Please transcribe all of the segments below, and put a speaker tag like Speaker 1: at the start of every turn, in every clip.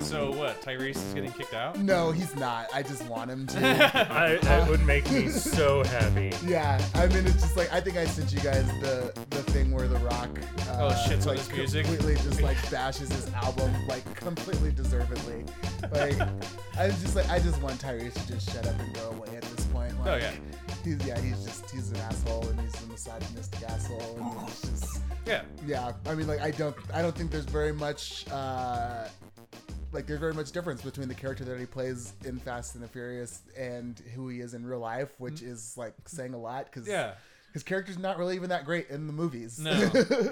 Speaker 1: So what? Tyrese is getting kicked out.
Speaker 2: No, he's not. I just want him to.
Speaker 3: I, that would make me so happy.
Speaker 2: yeah, I mean, it's just like I think I sent you guys the the thing where The Rock. Uh,
Speaker 1: Oh, shits on
Speaker 2: like,
Speaker 1: his music?
Speaker 2: Completely just like bashes his album like completely deservedly. Like I was just like I just want Tyrese to just shut up and go away at this point. Like,
Speaker 1: Oh, yeah.
Speaker 2: He's yeah he's just he's an asshole and he's a misogynistic asshole and it's just.
Speaker 1: Yeah.
Speaker 2: Yeah, I mean, like I don't, I don't think there's very much, uh, like there's very much difference between the character that he plays in Fast and the Furious and who he is in real life, which is like saying a lot because
Speaker 1: Mm-hmm. Yeah.
Speaker 2: his character's not really even that great in the movies.
Speaker 1: No,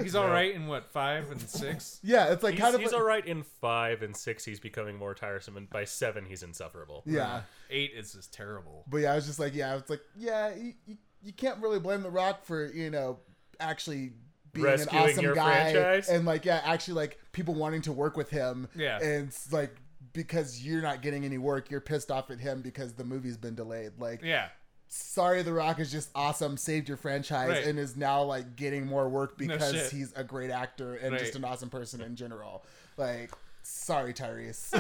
Speaker 1: he's all right in what five and six.
Speaker 2: yeah, it's like
Speaker 3: He's,
Speaker 2: kind of,
Speaker 3: he's
Speaker 2: like-
Speaker 3: all right in five and six. He's becoming more tiresome, and by seven, he's insufferable.
Speaker 2: yeah,
Speaker 1: Uh, Eight is just terrible.
Speaker 2: but yeah, I was just like, yeah, it's like, yeah, you, you, you can't really blame The Rock for you know actually being
Speaker 3: Rescuing
Speaker 2: an awesome
Speaker 3: your
Speaker 2: guy
Speaker 3: franchise?
Speaker 2: and like yeah, actually like people wanting to work with him.
Speaker 1: Yeah.
Speaker 2: and it's like because you're not getting any work, you're pissed off at him because the movie's been delayed. Like,
Speaker 1: Yeah.
Speaker 2: sorry, The Rock is just awesome, saved your franchise,
Speaker 1: Right.
Speaker 2: and is now like getting more work because
Speaker 1: shit.
Speaker 2: he's a great actor and
Speaker 1: Right.
Speaker 2: just an awesome person in general. Like. Sorry, Tyrese.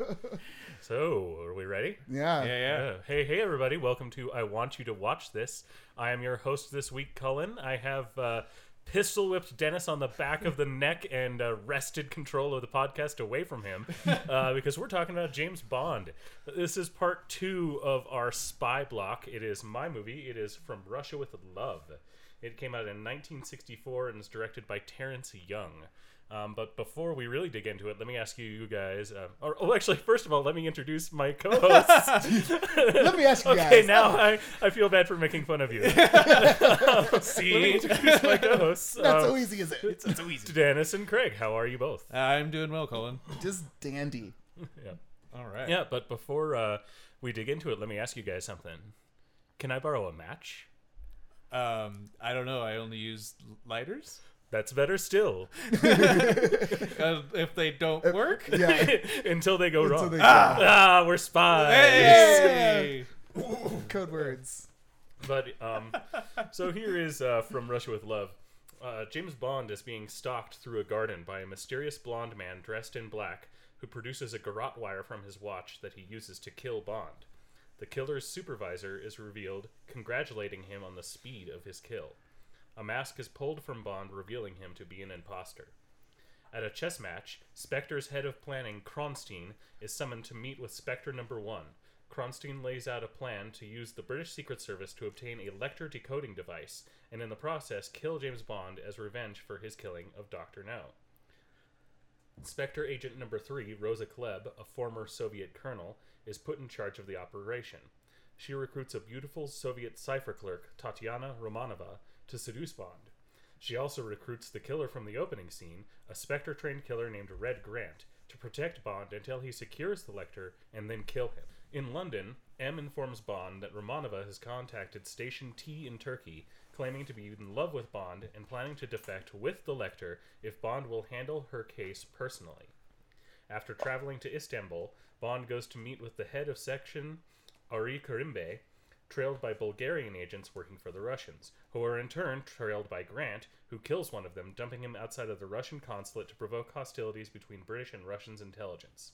Speaker 3: So, are we ready?
Speaker 2: yeah.
Speaker 1: Yeah. Yeah.
Speaker 3: Yeah. Hey, hey, everybody. Welcome to I Want You to Watch This. I am your host this week, Cullen. I have uh, pistol whipped Dennis on the back of the neck and uh, wrested control of the podcast away from him uh, because we're talking about James Bond. This is part two of our spy block. It is my movie, it is From Russia with Love. It came out in 1964 and is directed by Terrence Young. Um, but before we really dig into it, let me ask you, you guys. Um, or, oh, actually, first of all, let me introduce my co-hosts.
Speaker 2: Let me ask you
Speaker 3: okay,
Speaker 2: guys.
Speaker 3: now I, I feel bad for making fun of you. See, introduce my co-hosts.
Speaker 2: Not
Speaker 1: Oh.
Speaker 3: um,
Speaker 2: so easy, is it?
Speaker 1: It's, it's so easy.
Speaker 3: Dennis and Craig, how are you both?
Speaker 1: I'm doing well, Colin.
Speaker 2: Just dandy.
Speaker 3: Yeah.
Speaker 1: All right.
Speaker 3: Yeah, but before uh, we dig into it, let me ask you guys something. Can I borrow a match?
Speaker 1: Um, I don't know. I only use lighters.
Speaker 3: That's better still.
Speaker 1: Uh, if they don't work.
Speaker 2: Yeah.
Speaker 3: Until they go
Speaker 2: So
Speaker 3: wrong.
Speaker 2: they-
Speaker 3: Ah, we're spies.
Speaker 1: Hey!
Speaker 2: Code words.
Speaker 3: But um, so here is uh, from Russia with Love. Uh, James Bond is being stalked through a garden by a mysterious blonde man dressed in black who produces a garrote wire from his watch that he uses to kill Bond. The killer's supervisor is revealed, congratulating him on the speed of his kill. A mask is pulled from Bond, revealing him to be an imposter. At a chess match, Spectre's head of planning, Kronstein, is summoned to meet with Spectre number one. Kronstein lays out a plan to use the British Secret Service to obtain a Lecter decoding device, and in the process, kill James Bond as revenge for his killing of Dr. No. Spectre agent number three, Rosa Klebb, a former Soviet colonel, is put in charge of the operation. She recruits a beautiful Soviet cipher clerk, Tatiana Romanova, to seduce Bond. She also recruits the killer from the opening scene, a Spectre trained killer named Red Grant, to protect Bond until he secures the Lecter and then kill him. In London, M informs Bond that Romanova has contacted Station T in Turkey, claiming to be in love with Bond and planning to defect with the Lecter if Bond will handle her case personally. After traveling to Istanbul, Bond goes to meet with the head of section, Ari Karimbe, trailed by Bulgarian agents working for the Russians, who are in turn trailed by Grant, who kills one of them, dumping him outside of the Russian consulate to provoke hostilities between British and Russians intelligence.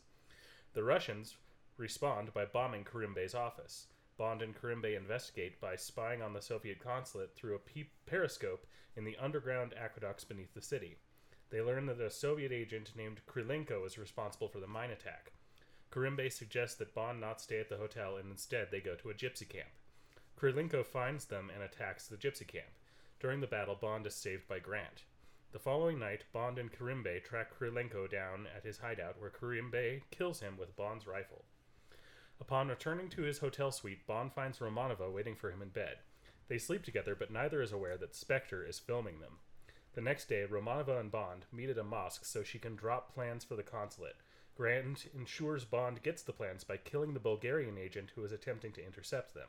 Speaker 3: The Russians respond by bombing Karimbe's office. Bond and Karimbe investigate by spying on the Soviet consulate through a pe- periscope in the underground aqueducts beneath the city. They learn that a Soviet agent named Krylenko is responsible for the mine attack. Karimbe suggests that Bond not stay at the hotel and instead they go to a gypsy camp. Krylenko finds them and attacks the gypsy camp. During the battle, Bond is saved by Grant. The following night, Bond and Karimbe track Krylenko down at his hideout where Karimbe kills him with Bond's rifle. Upon returning to his hotel suite, Bond finds Romanova waiting for him in bed. They sleep together, but neither is aware that Spectre is filming them. The next day, Romanova and Bond meet at a mosque so she can drop plans for the consulate. Grant ensures Bond gets the plans by killing the Bulgarian agent who is attempting to intercept them.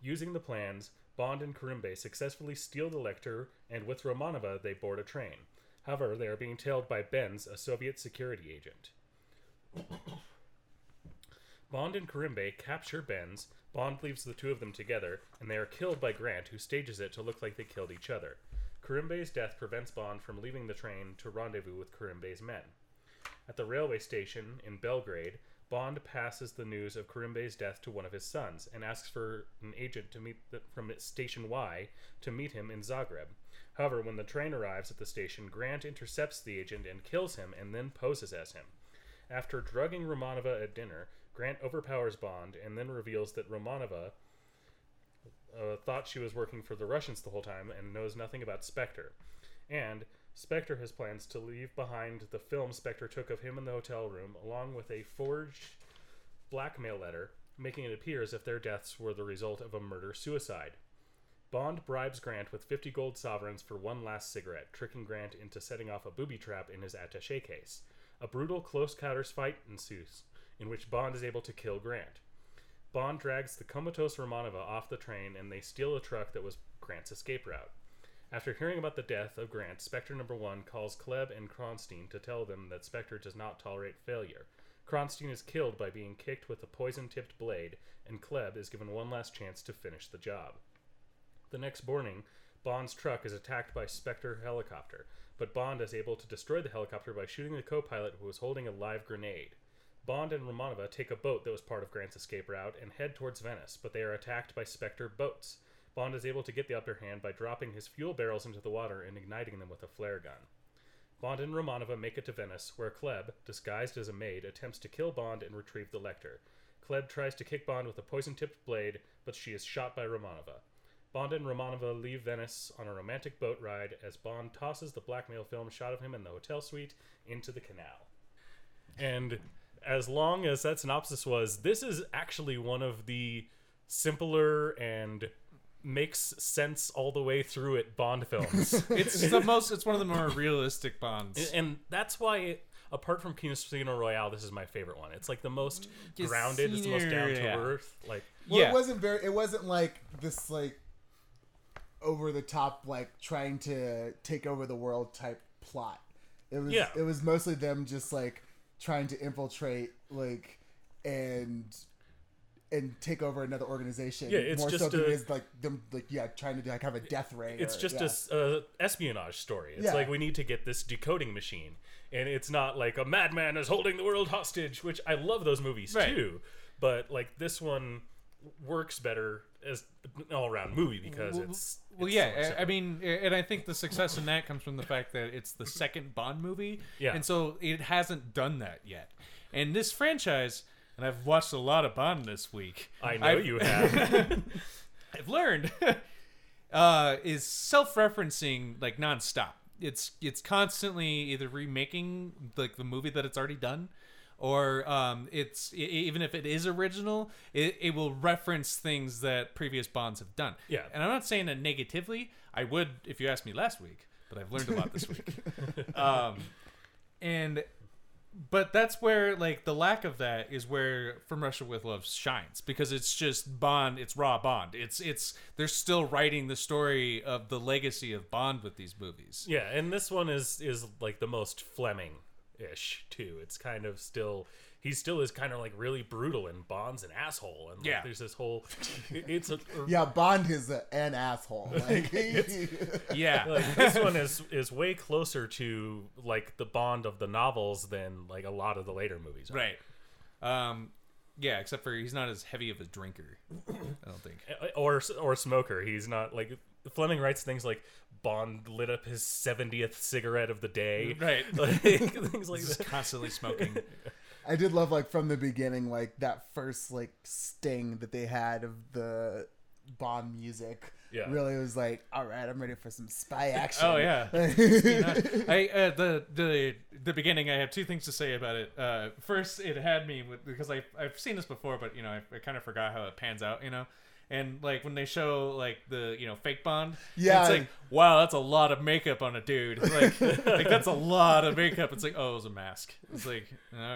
Speaker 3: Using the plans, Bond and Karimbe successfully steal the Lecter, and with Romanova, they board a train. However, they are being tailed by Benz, a Soviet security agent. Bond and Karimbe capture Benz. Bond leaves the two of them together, and they are killed by Grant, who stages it to look like they killed each other. Karimbe's death prevents Bond from leaving the train to rendezvous with Karimbe's men. At the railway station in Belgrade, Bond passes the news of Karimbe's death to one of his sons and asks for an agent to meet the, from Station Y to meet him in Zagreb. However, when the train arrives at the station, Grant intercepts the agent and kills him and then poses as him. After drugging Romanova at dinner, Grant overpowers Bond and then reveals that Romanova uh, thought she was working for the Russians the whole time and knows nothing about Spectre. And Spectre has plans to leave behind the film Spectre took of him in the hotel room, along with a forged blackmail letter, making it appear as if their deaths were the result of a murder suicide. Bond bribes Grant with 50 gold sovereigns for one last cigarette, tricking Grant into setting off a booby trap in his attache case. A brutal close quarters fight ensues, in which Bond is able to kill Grant. Bond drags the comatose Romanova off the train and they steal a truck that was Grant's escape route. After hearing about the death of Grant, Spectre number one calls Kleb and Kronstein to tell them that Spectre does not tolerate failure. Kronstein is killed by being kicked with a poison tipped blade, and Kleb is given one last chance to finish the job. The next morning, Bond's truck is attacked by Spectre helicopter, but Bond is able to destroy the helicopter by shooting the co pilot who was holding a live grenade. Bond and Romanova take a boat that was part of Grant's escape route and head towards Venice, but they are attacked by Spectre boats. Bond is able to get the upper hand by dropping his fuel barrels into the water and igniting them with a flare gun. Bond and Romanova make it to Venice, where Kleb, disguised as a maid, attempts to kill Bond and retrieve the Lecter. Kleb tries to kick Bond with a poison tipped blade, but she is shot by Romanova. Bond and Romanova leave Venice on a romantic boat ride as Bond tosses the blackmail film shot of him in the hotel suite into the canal. And as long as that synopsis was, this is actually one of the simpler and makes sense all the way through it Bond films.
Speaker 1: It's the most. It's one of the more realistic Bonds.
Speaker 3: and that's why, it, apart from Casino Royale, this is my favorite one. It's like the most
Speaker 1: Casino,
Speaker 3: grounded, it's the most down to
Speaker 1: yeah.
Speaker 3: earth. Like,
Speaker 2: Well,
Speaker 1: yeah,
Speaker 2: it wasn't very. It wasn't like this like over the top like trying to take over the world type plot. It was
Speaker 3: Yeah.
Speaker 2: it was mostly them just like trying to infiltrate like and and take over another organization.
Speaker 3: Yeah, it's
Speaker 2: more so
Speaker 3: just
Speaker 2: than it
Speaker 3: a-
Speaker 2: is like them like yeah trying to like have a death ray.
Speaker 3: it's
Speaker 2: or-
Speaker 3: just
Speaker 2: yeah.
Speaker 3: a, uh espionage story. It's
Speaker 2: Yeah.
Speaker 3: like we need to get this decoding machine, and it's not like a madman is holding the world hostage, which I love those movies
Speaker 1: Right.
Speaker 3: too. But like this one works better as an all-around movie because it's
Speaker 1: Well,
Speaker 3: it's so much
Speaker 1: yeah, I, I
Speaker 3: simpler.
Speaker 1: mean, and I think the success in that comes from the fact that it's the second Bond movie,
Speaker 3: Yeah.
Speaker 1: and so it hasn't done that yet. And this franchise, and I've watched a lot of Bond this week.
Speaker 3: I know
Speaker 1: I've-
Speaker 3: you have.
Speaker 1: I've learned uh, is self-referencing like nonstop. It's it's constantly either remaking like the movie that it's already done, or um, it's e- even if it is original, it, it will reference things that previous Bonds have done.
Speaker 3: Yeah.
Speaker 1: and I'm not saying that negatively. I would if you asked me last week, but I've learned a lot this week. um, and but that's where like the lack of that is where from russia with love shines because it's just bond it's raw bond it's it's they're still writing the story of the legacy of bond with these movies
Speaker 3: Yeah, and this one is is like the most Fleming ish too. It's kind of still he still is kind of like really brutal and Bond's an asshole and like,
Speaker 1: Yeah.
Speaker 3: there's this whole it- it's a,
Speaker 2: yeah. Bond is a, an asshole. Like,
Speaker 1: yeah
Speaker 3: like this one is is way closer to like the Bond of the novels than like a lot of the later movies. are.
Speaker 1: right um yeah except for he's not as heavy of a drinker i don't think
Speaker 3: Or or smoker. He's not like Fleming writes things like Bond lit up his 70th cigarette of the day.
Speaker 1: right
Speaker 3: Like, things like
Speaker 1: he's
Speaker 3: that.
Speaker 1: constantly smoking
Speaker 2: I did love like from the beginning, like that first like sting that they had of the Bond music.
Speaker 3: Yeah.
Speaker 2: Really was like, all right, I'm ready for some spy action.
Speaker 1: oh yeah I uh, the the the beginning. I have two things to say about it. Uh, first, it had me with, because I I've seen this before, but you know I, I kind of forgot how it pans out. You know. And like when they show like the you know fake Bond,
Speaker 2: Yeah.
Speaker 1: it's like wow, that's a lot of makeup on a dude. Like, like that's a lot of makeup. It's like oh, it was a mask. It's like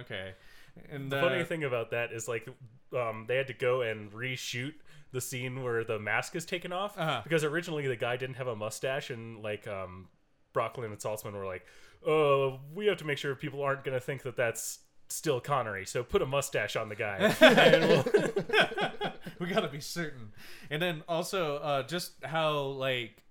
Speaker 1: okay. And
Speaker 3: The funny
Speaker 1: uh,
Speaker 3: thing about that is like um, they had to go and reshoot the scene where the mask is taken off
Speaker 1: Uh-huh.
Speaker 3: because originally the guy didn't have a mustache and like um, Brocklin and Saltzman were like, "Oh, we have to make sure people aren't going to think that that's still Connery, so put a mustache on the guy." And we'll-
Speaker 1: we gotta be certain. And then also uh, just how like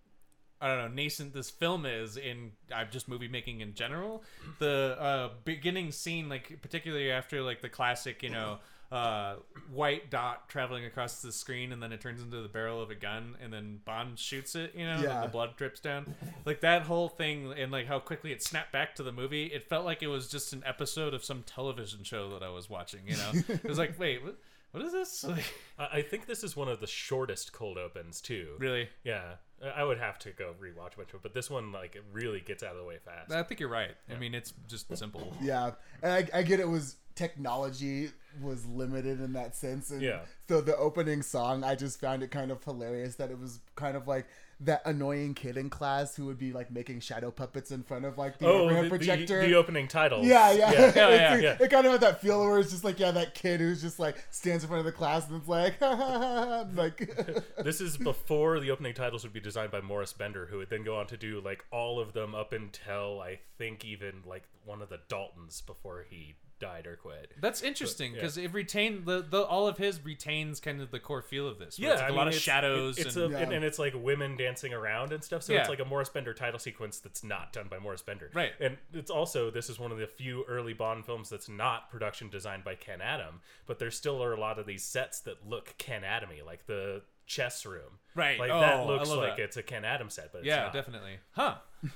Speaker 1: uh, I don't know nascent this film is in I'm just movie making in general. The uh, beginning scene, like particularly after like the classic, you know, uh, white dot traveling across the screen, and then it turns into the barrel of a gun, and then Bond shoots it, you know,
Speaker 2: Yeah.
Speaker 1: and the blood drips down. Like that whole thing, and like how quickly it snapped back to the movie. It felt like it was just an episode of some television show that I was watching. You know, it was like, wait, what, what is this? Like,
Speaker 3: I I think this is one of the shortest cold opens too.
Speaker 1: really?
Speaker 3: Yeah, I- I would have to go rewatch a bunch of, it, but this one like it really gets out of the way fast.
Speaker 1: I think you're right. I mean, it's just simple.
Speaker 2: Yeah, and I, I get it was technology was limited in that sense, and
Speaker 3: Yeah.
Speaker 2: so the opening song I just found it kind of hilarious that it was kind of like that annoying kid in class who would be like making shadow puppets in front of like the
Speaker 3: oh,
Speaker 2: overhead
Speaker 3: the, the-
Speaker 2: projector.
Speaker 3: the opening title.
Speaker 2: yeah, yeah, It's-
Speaker 1: yeah, yeah,
Speaker 2: it-
Speaker 3: yeah.
Speaker 2: It kind of had that feel where it's just like, yeah, that kid who's just like stands in front of the class and it's like, like,
Speaker 3: This is before the opening titles would be designed by Morris Bender, who would then go on to do like all of them up until I think even like one of the Daltons before he died or quit.
Speaker 1: That's interesting
Speaker 3: yeah.
Speaker 1: because it retained the, the all of his retains kind of the core feel of this. where it's like
Speaker 3: I
Speaker 1: a
Speaker 3: mean,
Speaker 1: lot of
Speaker 3: it's-
Speaker 1: shadows.
Speaker 3: It's
Speaker 1: and,
Speaker 3: a,
Speaker 2: Yeah.
Speaker 3: and, and it's like women dancing around and stuff. So
Speaker 1: Yeah.
Speaker 3: it's like a Morris Bender title sequence that's not done by Morris Bender.
Speaker 1: Right.
Speaker 3: And it's also this is one of the few early Bond films that's not production designed by Ken Adam, but there still are a lot of these sets that look Ken Adamy, like the chess room.
Speaker 1: Right.
Speaker 3: Like that
Speaker 1: Oh, I
Speaker 3: looks
Speaker 1: love
Speaker 3: like
Speaker 1: that.
Speaker 3: it's a Ken Adam set, but it's
Speaker 1: yeah,
Speaker 3: not.
Speaker 1: definitely. Huh.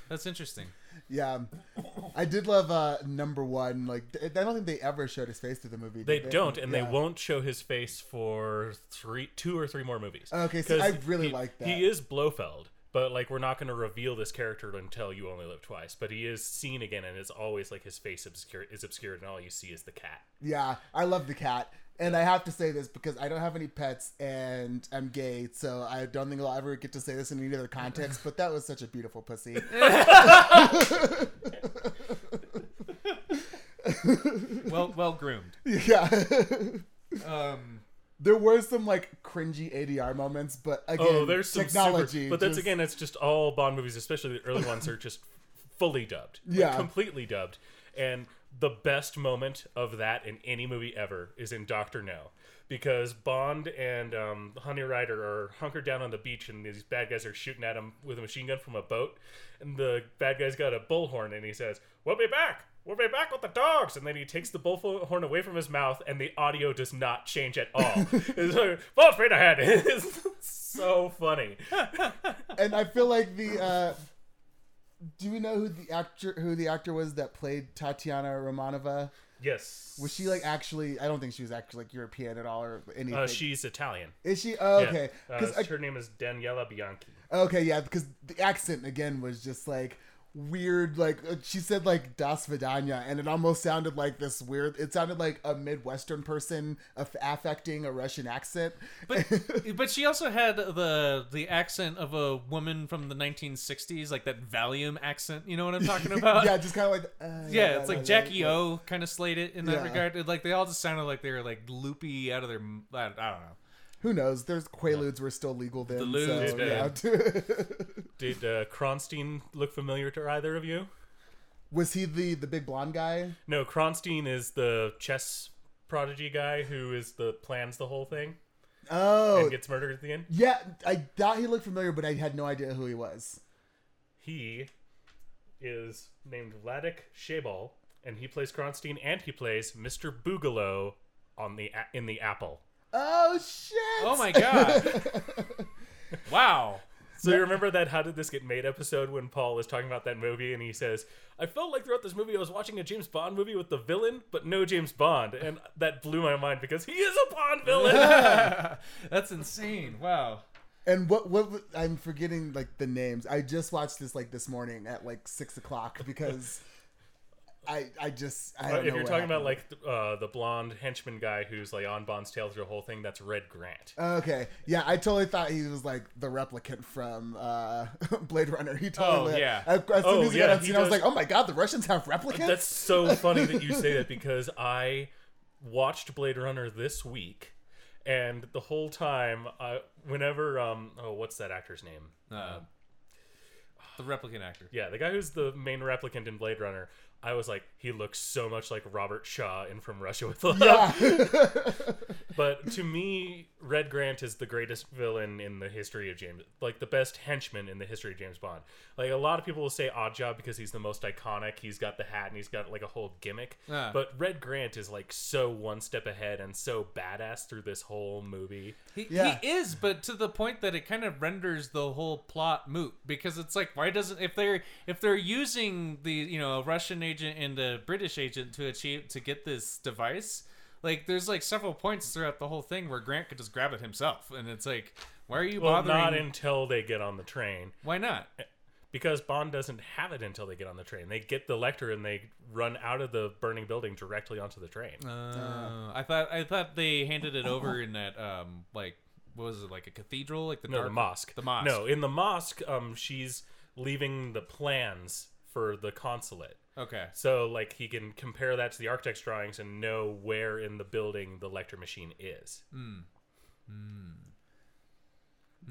Speaker 1: That's interesting.
Speaker 2: yeah. I did love uh number one. Like, I don't think they ever showed his face through the movie. did
Speaker 3: They don't, and
Speaker 2: Yeah.
Speaker 3: they won't show his face for three, two or three more movies.
Speaker 2: Okay, see,
Speaker 3: 'Cause
Speaker 2: I really
Speaker 3: he-
Speaker 2: like that.
Speaker 3: He is Blofeld, but like we're not going to reveal this character until you only live twice. But he is seen again, and it's always like his face obscure is obscured, and all you see is the cat.
Speaker 2: Yeah, I love the cat. And I have to say this because I don't have any pets and I'm gay, so I don't think I'll ever get to say this in any other context, but that was such a beautiful pussy.
Speaker 1: Well, well groomed.
Speaker 2: yeah.
Speaker 1: Um,
Speaker 2: there were some like cringy ADR moments, but again,
Speaker 3: Oh, there's some
Speaker 2: technology.
Speaker 3: super, but that's
Speaker 2: just-
Speaker 3: again, it's just all Bond movies, especially the early ones, are just fully dubbed, Like,
Speaker 2: Yeah.
Speaker 3: completely dubbed. And the best moment of that in any movie ever is in Doctor No, because Bond and um, Honey Rider are hunkered down on the beach, and these bad guys are shooting at him with a machine gun from a boat, and the bad guy's got a bullhorn, and he says, "We'll be back." We'll be back with the dogs, and then he takes the bullhorn away from his mouth, and the audio does not change at all. it's like, "Fall straight ahead." it's so funny.
Speaker 2: And I feel like the uh do we know who the actor who the actor was that played Tatiana Romanova?
Speaker 3: Yes.
Speaker 2: Was she like actually I don't think she was actually like European at all or anything.
Speaker 3: Uh, she's Italian.
Speaker 2: Is she? Oh,
Speaker 3: Yeah.
Speaker 2: okay.
Speaker 3: Uh,
Speaker 2: 'Cause I-
Speaker 3: her name is Daniela Bianchi.
Speaker 2: Okay, yeah, because the accent again was just like weird. Like uh, she said, like Das Vidania, and it almost sounded like this weird. It sounded like a Midwestern person aff- affecting a Russian accent.
Speaker 1: but but she also had the the accent of a woman from the 1960s, like that Valium accent. You know what I'm talking about?
Speaker 2: yeah, just kind of like uh,
Speaker 1: Yeah, it's like Jackie O kind of slayed it in that
Speaker 2: Yeah.
Speaker 1: regard. It, like they all just sounded like they were like loopy out of their. m- I, I don't know.
Speaker 2: Who knows? There's Quaaludes were still legal then.
Speaker 1: The
Speaker 2: so, yeah.
Speaker 3: Did uh, Kronstein look familiar to either of you?
Speaker 2: was he the the big blonde guy?
Speaker 3: No, Kronstein is the chess prodigy guy who is the plans the whole thing
Speaker 2: Oh,
Speaker 3: and gets murdered at the end.
Speaker 2: yeah. I thought he looked familiar, but I had no idea who he was.
Speaker 3: He is named Vladik Shebal, and he plays Kronstein, and he plays Mr. Boogaloo on the a- in the Apple.
Speaker 2: Oh shit!
Speaker 1: Oh my god! wow.
Speaker 3: So you remember that How Did This Get Made episode when Paul was talking about that movie and he says, I felt like throughout this movie I was watching a James Bond movie with the villain, but no James Bond. And that blew my mind because he is a Bond villain.
Speaker 1: That's insane. Wow.
Speaker 2: And what what w- I'm forgetting like the names. I just watched this like this morning at like six o'clock because I I just I don't
Speaker 3: if
Speaker 2: know
Speaker 3: you're
Speaker 2: what
Speaker 3: talking about
Speaker 2: happened.
Speaker 3: like th- uh, the blonde henchman guy who's like on Bond's tail through the whole thing, that's Red Grant.
Speaker 2: okay yeah I totally thought he was like the replicant from uh, Blade Runner. He totally
Speaker 1: Oh, yeah.
Speaker 2: I, as soon
Speaker 3: Oh,
Speaker 2: as he
Speaker 3: yeah,
Speaker 2: got on
Speaker 3: he
Speaker 2: scene, I was
Speaker 3: does-
Speaker 2: like oh my god the Russians have replicants.
Speaker 3: That's so funny that you say that because I watched Blade Runner this week, and the whole time, I, whenever um, oh, what's that actor's name?
Speaker 1: Uh, the replicant actor.
Speaker 3: Yeah, the guy who's the main replicant in Blade Runner. I was like, he looks so much like Robert Shaw in From Russia with Love. But to me, Red Grant is the greatest villain in the history of James, like the best henchman in the history of James Bond. Like a lot of people will say Oddjob because he's the most iconic. He's got the hat and he's got like a whole gimmick.
Speaker 1: Ah.
Speaker 3: But Red Grant is like so one step ahead and so badass through this whole movie.
Speaker 1: He,
Speaker 2: Yeah.
Speaker 1: he is, but to the point that it kind of renders the whole plot moot because it's like why doesn't if they're if they're using the you know a Russian agent and a British agent to achieve to get this device, like there's like several points throughout the whole thing where Grant could just grab it himself, and it's like why are you
Speaker 3: Well,
Speaker 1: bothering?
Speaker 3: not until they get on the train.
Speaker 1: why not?
Speaker 3: because Bond doesn't have it until they get on the train. They get the Lecter and they run out of the burning building directly onto the train.
Speaker 1: Uh, I thought I thought they handed it over in that um like what was it like a cathedral like the
Speaker 3: no,
Speaker 1: dark,
Speaker 3: the mosque.
Speaker 1: the mosque
Speaker 3: No, in the mosque, um, she's leaving the plans for the consulate.
Speaker 1: okay
Speaker 3: So, like, he can compare that to the architect's drawings and know where in the building the Lecter machine is.
Speaker 1: Mm.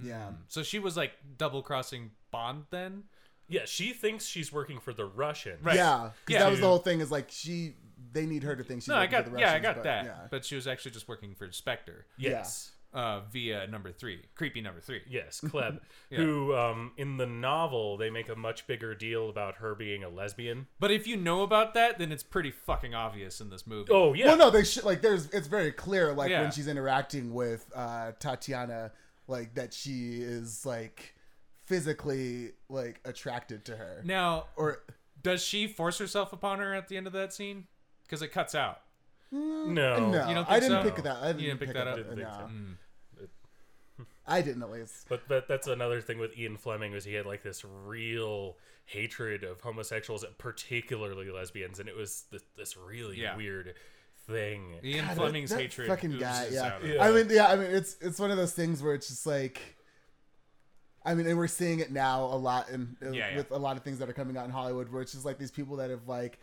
Speaker 2: yeah.
Speaker 1: so she was like double crossing Bond then
Speaker 3: Yeah, she thinks she's working for the Russian.
Speaker 1: Right.
Speaker 2: Yeah, 'cause
Speaker 1: Yeah.
Speaker 2: that was the whole thing. Is like she, they need her to think she's.
Speaker 1: No, I
Speaker 2: working for
Speaker 1: got
Speaker 2: the
Speaker 1: yeah, I
Speaker 2: Russians,
Speaker 1: got
Speaker 2: but,
Speaker 1: that.
Speaker 2: Yeah.
Speaker 1: But she was actually just working for Spectre
Speaker 3: Yes.
Speaker 1: uh, via number three, creepy number three.
Speaker 3: Yes, Kleb, who um, in the novel they make a much bigger deal about her being a lesbian.
Speaker 1: But if you know about that, then it's pretty fucking obvious in this movie.
Speaker 3: Oh yeah,
Speaker 2: Well, no, they should like. There's it's very clear like
Speaker 1: Yeah.
Speaker 2: when she's interacting with uh, Tatiana, like that she is like physically like attracted to her.
Speaker 1: now
Speaker 2: Or
Speaker 1: does she force herself upon her at the end of that scene? Because it cuts out.
Speaker 3: no,
Speaker 2: no,
Speaker 1: you don't
Speaker 2: I
Speaker 1: think
Speaker 2: didn't
Speaker 1: so?
Speaker 2: pick that. I didn't,
Speaker 1: You didn't pick that up?
Speaker 2: No,
Speaker 3: Oh. Didn't think Mm. so.
Speaker 2: I didn't at least.
Speaker 3: But that, that's another thing with Ian Fleming was he had like this real hatred of homosexuals, particularly lesbians, and it was th- this really
Speaker 1: Yeah.
Speaker 3: weird thing.
Speaker 1: Ian
Speaker 2: God, that-
Speaker 1: Fleming's
Speaker 2: that
Speaker 1: hatred.
Speaker 2: Fucking
Speaker 1: oozes
Speaker 2: guy, yeah.
Speaker 1: out of it.
Speaker 3: Yeah.
Speaker 2: I mean, yeah. I mean, it's it's one of those things where it's just like, I mean, and we're seeing it now a lot in
Speaker 1: Yeah, yeah.
Speaker 2: with a lot of things that are coming out in Hollywood, where it's just like these people that have like,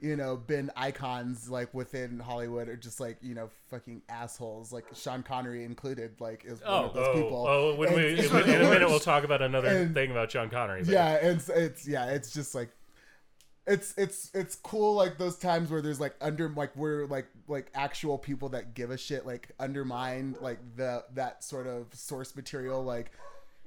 Speaker 2: you know, been icons like within Hollywood are just like you know fucking assholes, like Sean Connery included, like is one
Speaker 1: Oh,
Speaker 2: of those
Speaker 3: oh,
Speaker 2: people.
Speaker 3: oh, when
Speaker 2: And
Speaker 3: we,
Speaker 2: it's
Speaker 3: in,
Speaker 2: one of the
Speaker 3: in a minute
Speaker 2: worst.
Speaker 3: we'll talk about another
Speaker 2: And-
Speaker 3: thing about John Connery. but-
Speaker 2: Yeah, it's it's yeah, it's just like it's it's it's cool like those times where there's like under like we're like like actual people that give a shit like undermine like the that sort of source material like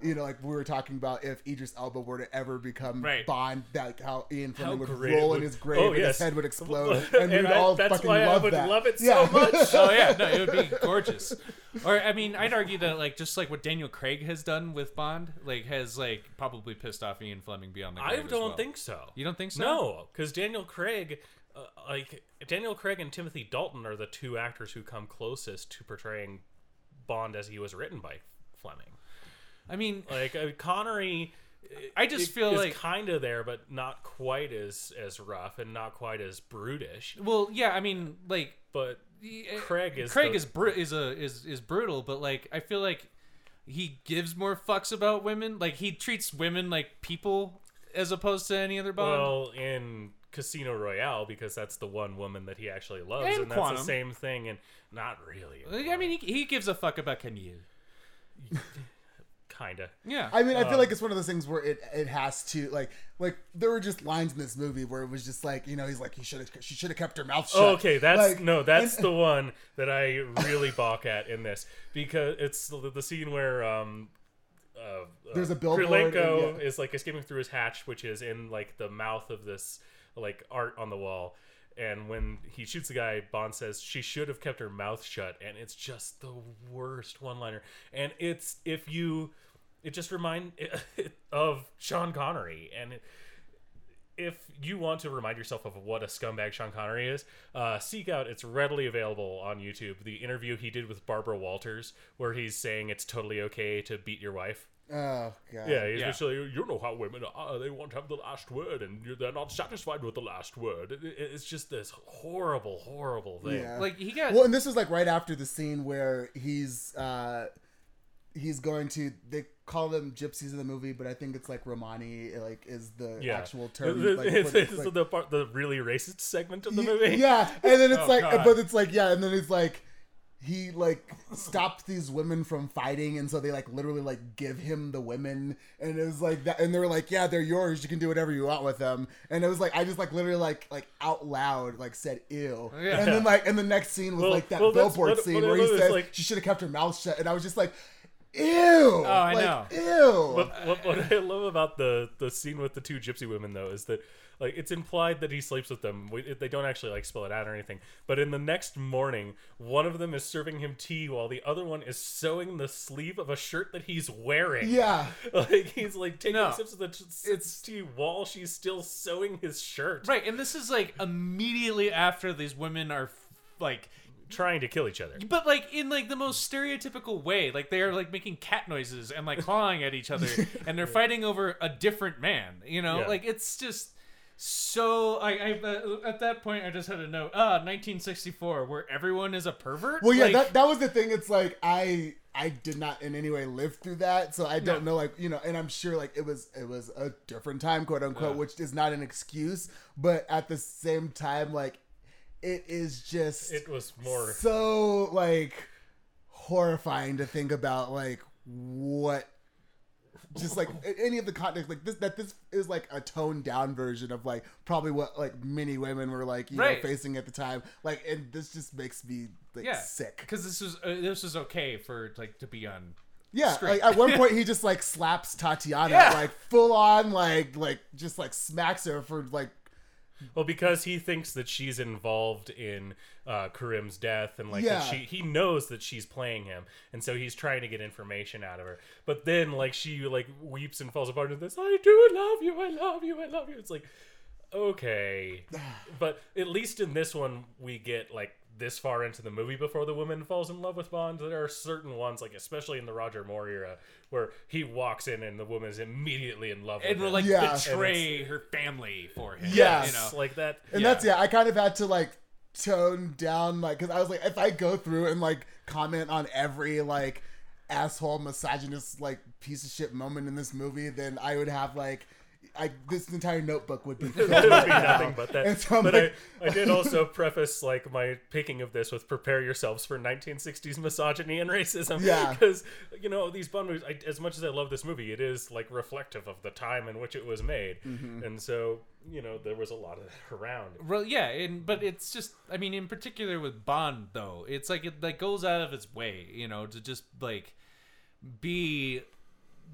Speaker 2: you know like we were talking about if Idris Elba were to ever become
Speaker 1: Right.
Speaker 2: Bond that how Ian Fleming would
Speaker 3: great
Speaker 2: roll
Speaker 3: it
Speaker 2: in
Speaker 3: would-
Speaker 2: his grave
Speaker 3: Oh,
Speaker 2: and his
Speaker 3: yes.
Speaker 2: head would explode and,
Speaker 3: And
Speaker 2: we'd
Speaker 3: I-
Speaker 2: all
Speaker 3: that's
Speaker 2: fucking
Speaker 3: why I
Speaker 2: love
Speaker 3: would
Speaker 2: that
Speaker 3: love it so
Speaker 2: yeah.
Speaker 3: much.
Speaker 1: oh yeah, no, it would be gorgeous. Or I mean, I'd argue that like just like what Daniel Craig has done with Bond, like has like probably pissed off Ian Fleming beyond the.
Speaker 3: I
Speaker 1: grave
Speaker 3: don't
Speaker 1: as well.
Speaker 3: think so.
Speaker 1: You don't think so?
Speaker 3: No, because Daniel Craig, uh, like Daniel Craig and Timothy Dalton, are the two actors who come closest to portraying Bond as he was written by Fleming.
Speaker 1: I mean,
Speaker 3: Like uh, Connery,
Speaker 1: I just
Speaker 3: i-
Speaker 1: feel
Speaker 3: is
Speaker 1: like
Speaker 3: kind of there, but not quite as as rough and not quite as brutish.
Speaker 1: well, yeah, I mean, like
Speaker 3: But
Speaker 1: Yeah,
Speaker 3: Craig is
Speaker 1: Craig
Speaker 3: the-
Speaker 1: is bru- is a is is brutal, but like I feel like he gives more fucks about women. Like he treats women like people as opposed to any other Bond.
Speaker 3: well, in Casino Royale, because that's the one woman that he actually loves,
Speaker 1: And
Speaker 3: and, that's
Speaker 1: Quantum.
Speaker 3: the same thing. And not really,
Speaker 1: Like, I mean, he, he gives a fuck about Camille.
Speaker 3: kinda.
Speaker 1: Yeah,
Speaker 2: I mean, I feel
Speaker 3: Um,
Speaker 2: like it's one of those things where it it has to like like there were just lines in this movie where it was just like you know he's like he should have she should have kept her mouth shut.
Speaker 3: Oh, okay, that's
Speaker 2: Like,
Speaker 3: no, that's
Speaker 2: and-
Speaker 3: the one that I really balk at in this because it's the, the scene where um, uh, uh,
Speaker 2: There's a billboard and-
Speaker 3: Krylenko
Speaker 2: yeah.
Speaker 3: is like escaping through his hatch, which is in like the mouth of this like art on the wall. And when he shoots the guy, Bond says she should have kept her mouth shut, and it's just the worst one-liner. And it's if you, it just remind of Sean Connery, and it, if you want to remind yourself of what a scumbag Sean Connery is, uh, seek out it's readily available on YouTube the interview he did with Barbara Walters where he's saying it's totally okay to beat your wife.
Speaker 2: Oh god.
Speaker 3: Yeah, he's
Speaker 1: Yeah.
Speaker 3: basically you know how women are; they want to have the last word, and you- they're not satisfied with the last word. It- it- it's just this horrible, horrible thing.
Speaker 2: Yeah.
Speaker 1: like he got
Speaker 2: Well, and this was like right after the scene where he's uh he's going to they call them gypsies in the movie, but I think it's like Romani like is the
Speaker 3: Yeah.
Speaker 2: actual term.
Speaker 3: It's-
Speaker 2: like,
Speaker 3: it's-
Speaker 2: for the-
Speaker 3: it's
Speaker 2: like-
Speaker 3: the part, the really racist segment of the
Speaker 2: Y-
Speaker 3: movie.
Speaker 2: Yeah, and then it's
Speaker 1: Oh,
Speaker 2: like,
Speaker 1: God.
Speaker 2: but it's like, yeah, and then it's like, he like stopped these women from fighting and so they like literally like give him the women and it was like that and they were like yeah they're yours you can do whatever you want with them and it was like i just like literally like like out loud like said ew
Speaker 1: Yeah.
Speaker 2: and then like and the next scene was
Speaker 3: Well-
Speaker 2: like that
Speaker 3: well, that's
Speaker 2: billboard
Speaker 3: what-
Speaker 2: scene
Speaker 3: what it
Speaker 2: where he
Speaker 3: was,
Speaker 2: says
Speaker 3: like- Oh,
Speaker 2: she should have kept her mouth shut and i was just like ew
Speaker 1: I
Speaker 2: like, ew
Speaker 3: What, what, what I love about the, the scene with the two gypsy women though is that like it's implied that he sleeps with them. We, they don't actually like spell it out or anything. But in the next morning, one of them is serving him tea while the other one is sewing the sleeve of a shirt that he's wearing.
Speaker 2: yeah
Speaker 3: Like he's like taking
Speaker 1: No.
Speaker 3: sips of the t- it's tea while she's still sewing his shirt,
Speaker 1: Right, and this is like immediately after these women are like
Speaker 3: trying to kill each other.
Speaker 1: but like in like the most stereotypical way like they are like making cat noises and like clawing at each other and they're fighting over a different man you know
Speaker 3: Yeah.
Speaker 1: like it's just so I, I uh, at that point i just had a note ah 1964 where everyone is a pervert
Speaker 2: Well, yeah,
Speaker 1: Like,
Speaker 2: that, that was the thing. It's like I I did not in any way live through that, so I don't know, like you know, and I'm sure like it was it was a different time, quote unquote, which is not an excuse, but at the same time, like it is just
Speaker 3: It was more
Speaker 2: so like horrifying to think about, like what. Just like a- any of the context, like this, that this is like a toned down version of like probably what like many women were like, you
Speaker 1: Right.
Speaker 2: know, facing at the time. Like, and this just makes me like
Speaker 1: yeah
Speaker 2: sick.
Speaker 1: because this is uh, this is okay for like to be on
Speaker 2: Yeah,
Speaker 1: Straight.
Speaker 2: like at one point he just like slaps Tatiana,
Speaker 1: Yeah.
Speaker 2: like full on, like like just like smacks her for like
Speaker 3: Well, because he thinks that she's involved in uh, Karim's death, and like that
Speaker 2: Yeah.
Speaker 3: she, he knows that she's playing him, and so he's trying to get information out of her. But then, like she like weeps and falls apart into this. I do love you. I love you. I love you. It's like okay, but at least in this one we get like this far into the movie before the woman falls in love with Bond. There are certain ones, like especially in the Roger Moore era, where he walks in and the woman is immediately in love
Speaker 1: and
Speaker 3: with
Speaker 1: will
Speaker 3: him.
Speaker 1: like
Speaker 2: Yeah.
Speaker 1: betray her family for him
Speaker 2: Yes.
Speaker 1: you know
Speaker 3: like that.
Speaker 2: and that's yeah. I kind of had to like tone down, like because I was like, if I go through and like comment on every like asshole misogynist like piece of shit moment in this movie, then I would have like I this entire notebook would be filled
Speaker 3: It would
Speaker 2: right
Speaker 3: be
Speaker 2: now.
Speaker 3: nothing but
Speaker 2: And
Speaker 3: that.
Speaker 2: so I'm
Speaker 3: but
Speaker 2: like,
Speaker 3: I, I did also preface like my picking of this with prepare yourselves for 1960s misogyny and racism.
Speaker 2: Yeah.
Speaker 3: Because you know these Bond movies. I, as much as I love this movie, it is like reflective of the time in which it was made,
Speaker 2: Mm-hmm.
Speaker 3: and so you know there was a lot of that around.
Speaker 1: Well, yeah, and but it's just I mean, in particular with Bond though, it's like it like goes out of its way, you know, to just like be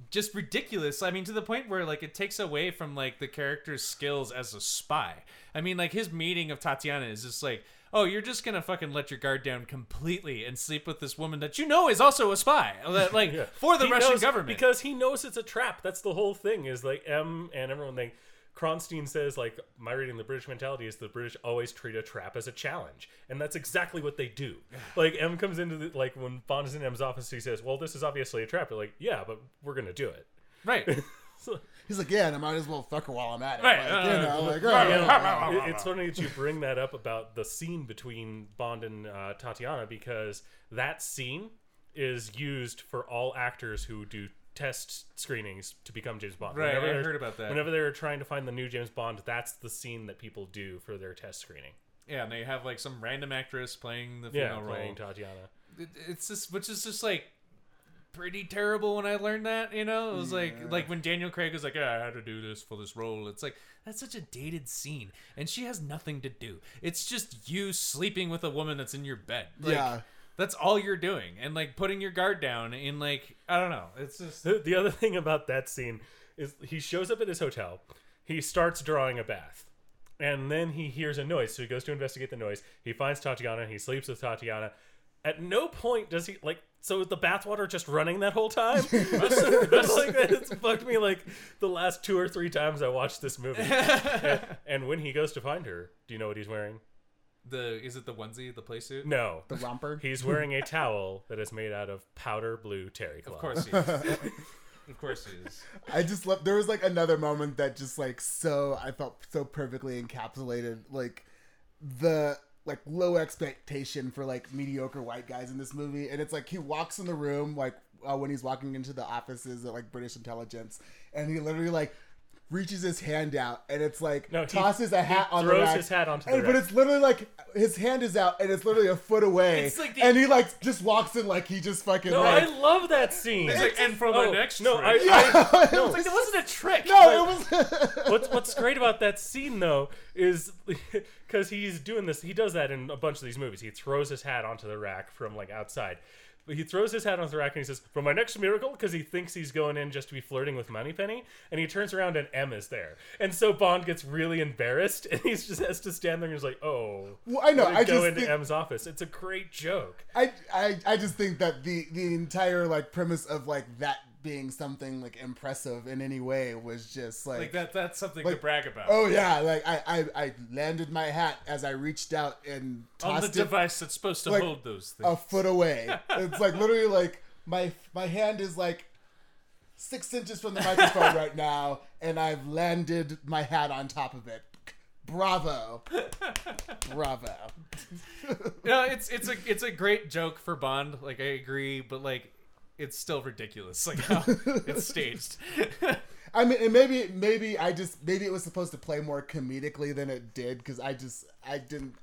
Speaker 1: just ridiculous. I mean, to the point where like it takes away from like the character's skills as a spy. I mean, like his meeting of Tatiana is just like, oh, you're just gonna fucking let your guard down completely and sleep with this woman that you know is also a spy, that, like for the
Speaker 3: He
Speaker 1: Russian
Speaker 3: knows-
Speaker 1: government.
Speaker 3: because he knows it's a trap. That's the whole thing. Is like M and everyone think. Kronstein says, like, my reading the British mentality is the British always treat a trap as a challenge. And that's exactly what they do. Like, M comes into the, like, when Bond is in M's office, he says, well, this is obviously a trap. They're like, yeah, but we're going to do it.
Speaker 1: right,
Speaker 2: He's like, yeah, and I might as well fuck her while I'm at it.
Speaker 1: Right,
Speaker 2: Like, you
Speaker 1: uh,
Speaker 2: know, like,
Speaker 1: right,
Speaker 2: oh,
Speaker 1: yeah.
Speaker 2: wow.
Speaker 3: It- it's funny that you bring that up about the scene between Bond and uh, Tatiana because that scene is used for all actors who do test screenings to become James Bond.
Speaker 1: Right, I
Speaker 3: they're-
Speaker 1: heard about that.
Speaker 3: Whenever they're trying to find the new James Bond, that's the scene that people do for their test screening.
Speaker 1: yeah, and they have like some random actress playing the
Speaker 3: Yeah,
Speaker 1: female role.
Speaker 3: playing Tatiana.
Speaker 1: it- it's just which is just like pretty terrible when I learned that, you know? It was like like when Daniel Craig was like, Yeah, I had to do this for this role. It's like that's such a dated scene. And she has nothing to do. It's just you sleeping with a woman that's in your bed. Like,
Speaker 2: Yeah.
Speaker 1: That's all you're doing. And like putting your guard down in like I don't know. It's just
Speaker 3: The, the other thing about that scene is he shows up at his hotel. He starts drawing a bath. And then he hears a noise, so he goes to investigate the noise. He finds Tatiana, he sleeps with Tatiana. At no point does he like so is the bathwater just running that whole time? like that, it's fucked me like the last two or three times I watched this movie. and, and when he goes to find her, do you know what he's wearing?
Speaker 1: the is it the onesie, the play suit?
Speaker 3: No.
Speaker 2: The romper.
Speaker 3: He's wearing a towel that is made out of powder blue terry cloth.
Speaker 1: Of course he is. of course he is.
Speaker 2: I just love. There was like another moment that just like so I felt so perfectly encapsulated like the like low expectation for like mediocre white guys in this movie, and it's like he walks in the room like uh, when he's walking into the offices at like British intelligence, and he literally like reaches his hand out and it's like
Speaker 3: No, he-
Speaker 2: tosses a hat on the
Speaker 3: throws
Speaker 2: rack.
Speaker 3: his hat onto the
Speaker 2: and, but
Speaker 3: rack.
Speaker 2: it's literally like his hand is out and it's literally a foot away.
Speaker 1: It's like the-
Speaker 2: and he like just walks in like he just fucking
Speaker 3: No,
Speaker 2: like,
Speaker 3: I love that scene.
Speaker 1: It's like, and from
Speaker 3: oh,
Speaker 1: our next
Speaker 3: no,
Speaker 1: trick.
Speaker 3: I,
Speaker 2: Yeah,
Speaker 3: I, no,
Speaker 2: it
Speaker 1: Like, that wasn't a trick.
Speaker 2: no, it was
Speaker 3: what's what's great about that scene though is because he's doing this. He does that in a bunch of these movies. He throws his hat onto the rack from like outside. But he throws his hat onto the rack and he says, "For my next miracle," because he thinks he's going in just to be flirting with Moneypenny. And he turns around and M is there. And so Bond gets really embarrassed and he just has to stand there and he's like, "Oh."
Speaker 2: Well, I know.
Speaker 3: didn't
Speaker 2: I
Speaker 3: go
Speaker 2: just
Speaker 3: into
Speaker 2: think-
Speaker 3: M's office. It's a great joke.
Speaker 2: I, I I just think that the the entire like premise of like that being something like impressive in any way was just like,
Speaker 1: Like that. That's something to
Speaker 2: Like,
Speaker 1: brag about.
Speaker 2: oh yeah like I, I I landed my hat as I reached out and
Speaker 1: on the
Speaker 2: tossed it
Speaker 1: device that's supposed to
Speaker 2: like, oh,
Speaker 1: hold those things.
Speaker 2: a foot away. It's like literally like my my hand is like six inches from the microphone right now, and I've landed my hat on top of it. Bravo, bravo.
Speaker 1: no, it's it's a it's a great joke for Bond. Like I agree, but like it's still ridiculous. Like how it's staged.
Speaker 2: I mean, and maybe maybe I just maybe it was supposed to play more comedically than it did because I just I didn't.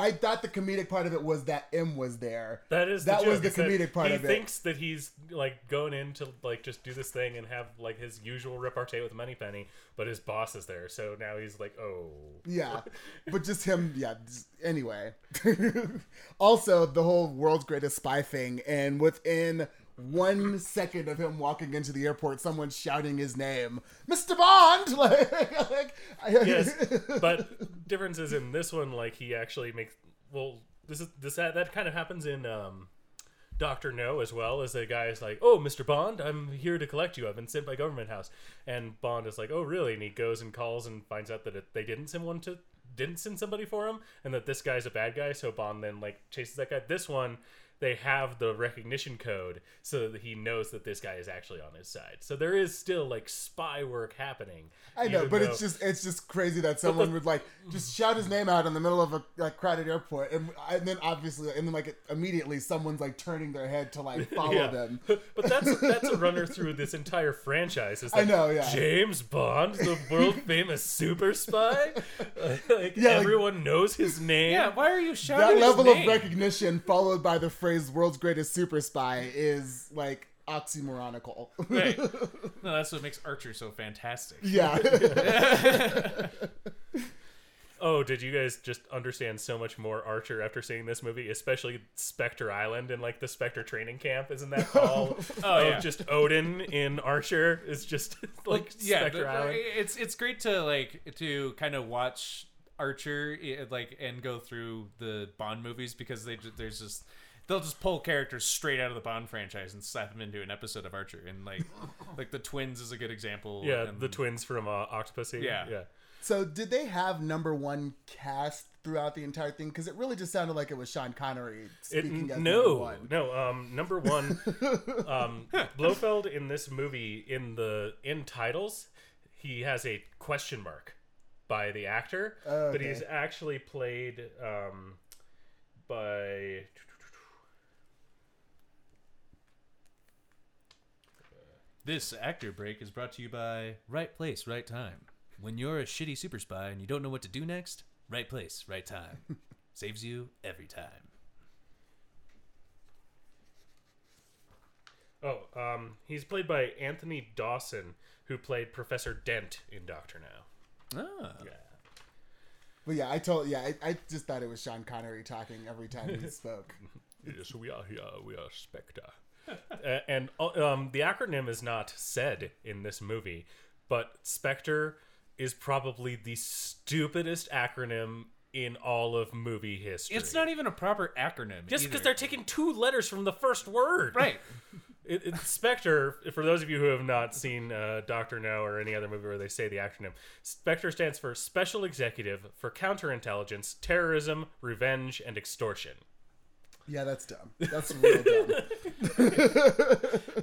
Speaker 2: I thought the comedic part of it was that M was there.
Speaker 3: That is
Speaker 2: that
Speaker 3: the
Speaker 2: was
Speaker 3: joke,
Speaker 2: the
Speaker 3: is that
Speaker 2: comedic part
Speaker 3: he
Speaker 2: of it.
Speaker 3: thinks that he's like going in to like just do this thing and have like his usual repartee with Moneypenny, but his boss is there, so now he's like, oh,
Speaker 2: Yeah, but just him. Yeah. just- Anyway, also the whole world's greatest spy thing, and within one second of him walking into the airport, someone's shouting his name, Mr. Bond. Like, like I-
Speaker 3: yes. but difference is in this one, like he actually makes. Well, this is this that, that kind of happens in um, Doctor No as well, as the guy is like, "Oh, Mister Bond, I'm here to collect you. I've been sent by Government House," and Bond is like, "Oh, really?" And he goes and calls and finds out that it, they didn't send one to didn't send somebody for him, and that this guy's a bad guy. So Bond then like chases that guy. This one. They have the recognition code so that he knows that this guy is actually on his side. So there is still like spy work happening.
Speaker 2: I know,
Speaker 3: even
Speaker 2: but
Speaker 3: though-
Speaker 2: it's just it's just crazy that someone would like just shout his name out in the middle of a like, crowded airport, and, and then obviously, and then like immediately, someone's like turning their head to like follow
Speaker 3: Yeah.
Speaker 2: them.
Speaker 3: but that's that's a runner through this entire franchise. Is
Speaker 2: I
Speaker 3: like,
Speaker 2: know, yeah.
Speaker 3: James Bond, the world famous super spy. like
Speaker 2: Yeah, like-
Speaker 3: everyone knows his name.
Speaker 1: Yeah, why are you shouting
Speaker 2: that
Speaker 1: his
Speaker 2: level
Speaker 1: name?
Speaker 2: of recognition followed by the phrase "world's greatest super spy" is like oxymoronical.
Speaker 1: Right. No, that's what makes Archer so fantastic.
Speaker 2: yeah,
Speaker 3: Oh, did you guys just understand so much more Archer after seeing this movie, especially Spectre Island and like the Spectre training camp? Isn't that all?
Speaker 1: Oh,
Speaker 3: of
Speaker 1: yeah.
Speaker 3: just Odin in Archer is just like
Speaker 1: Like, yeah,
Speaker 3: Spectre
Speaker 1: but, uh,
Speaker 3: Island.
Speaker 1: it's it's great to like to kind of watch Archer eh, like and go through the Bond movies because they ju- there's just they'll just pull characters straight out of the Bond franchise and slap them into an episode of Archer and like like the twins is a good example.
Speaker 3: yeah,
Speaker 1: and-
Speaker 3: the twins from uh, Octopussy.
Speaker 1: Yeah.
Speaker 3: yeah.
Speaker 2: So, did they have number one cast throughout the entire thing? Because it really just sounded like it was Sean Connery
Speaker 3: It,
Speaker 2: speaking as number
Speaker 3: no,
Speaker 2: one.
Speaker 3: no. Um, number one, um, Blofeld in this movie in the in titles, he has a question mark by the actor,
Speaker 2: Oh,
Speaker 3: but
Speaker 2: okay.
Speaker 3: he's actually played um, by.
Speaker 1: This actor break is brought to you by Right Place, Right Time. When you're a shitty super spy and you don't know what to do next, right place, right time. Saves you every time.
Speaker 3: Oh, um, he's played by Anthony Dawson, who played Professor Dent in Doctor Now.
Speaker 1: Ah.
Speaker 2: But yeah, I told yeah, I, I just thought it was Sean Connery talking every time he spoke.
Speaker 3: Yes, we are here. We are Spectre. uh, and uh, um, the acronym is not said in this movie, but Spectre is probably the stupidest acronym in all of movie history.
Speaker 1: It's not even a proper acronym.
Speaker 3: just because
Speaker 1: either.
Speaker 3: they're taking two letters from the first word.
Speaker 1: right.
Speaker 3: It, it, Spectre, for those of you who have not seen uh, Doctor No or any other movie where they say the acronym, Spectre stands for Special Executive for Counterintelligence, Terrorism, Revenge, and Extortion.
Speaker 2: Yeah, that's dumb. That's real dumb.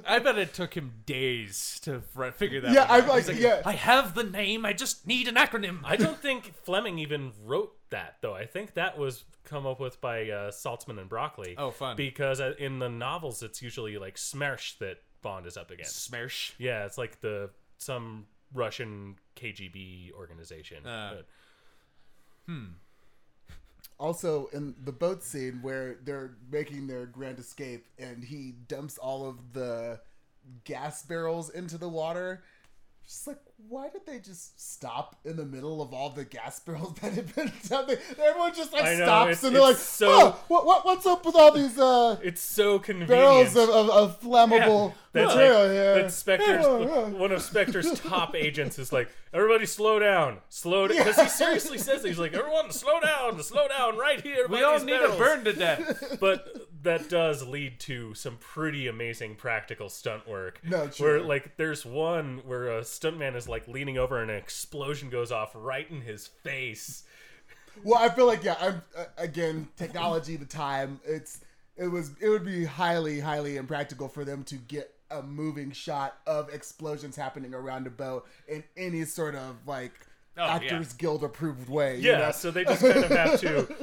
Speaker 1: I bet it took him days to fr- figure that.
Speaker 2: Yeah,
Speaker 1: one
Speaker 2: I'm
Speaker 1: out. He's
Speaker 2: like, yeah.
Speaker 1: I have the name. I just need an acronym.
Speaker 3: I don't think Fleming even wrote that though. I think that was come up with by uh, Saltzman and Broccoli.
Speaker 1: Oh, fun.
Speaker 3: Because uh, in the novels, it's usually like Smersh that Bond is up against.
Speaker 1: Smersh.
Speaker 3: Yeah, it's like the some Russian KGB organization.
Speaker 1: Uh.
Speaker 3: But-
Speaker 2: Also, in the boat scene where they're making their grand escape and he dumps all of the gas barrels into the water. Just like, why did they just stop in the middle of all the gas barrels that had been dumped? Everyone just like
Speaker 3: I know,
Speaker 2: stops
Speaker 3: it's-
Speaker 2: and they're like,
Speaker 3: it's so-
Speaker 2: oh, what, what, what's up with all these uh,
Speaker 3: it's so convenient.
Speaker 2: barrels of, of, of flammable
Speaker 3: That's
Speaker 2: material
Speaker 3: like,
Speaker 2: here?
Speaker 3: That's Spectre's,
Speaker 2: Yeah.
Speaker 3: one of Spectre's top agents is like, everybody slow down, slow down. Because he seriously says that. he's like, everyone slow down, slow down right here.
Speaker 1: We
Speaker 3: by
Speaker 1: all
Speaker 3: these
Speaker 1: need
Speaker 3: barrels."
Speaker 1: to burn to death.
Speaker 3: But that does lead to some pretty amazing practical stunt work.
Speaker 2: No, true.
Speaker 3: Where like there's one where a stuntman is like leaning over and an explosion goes off right in his face.
Speaker 2: Well, I feel like yeah. I'm uh, again technology. The time it's it was it would be highly highly impractical for them to get a moving shot of explosions happening around a boat in any sort of like
Speaker 1: Oh, yeah.
Speaker 2: Actors Guild approved way. you
Speaker 3: Yeah, so they just kind of have to.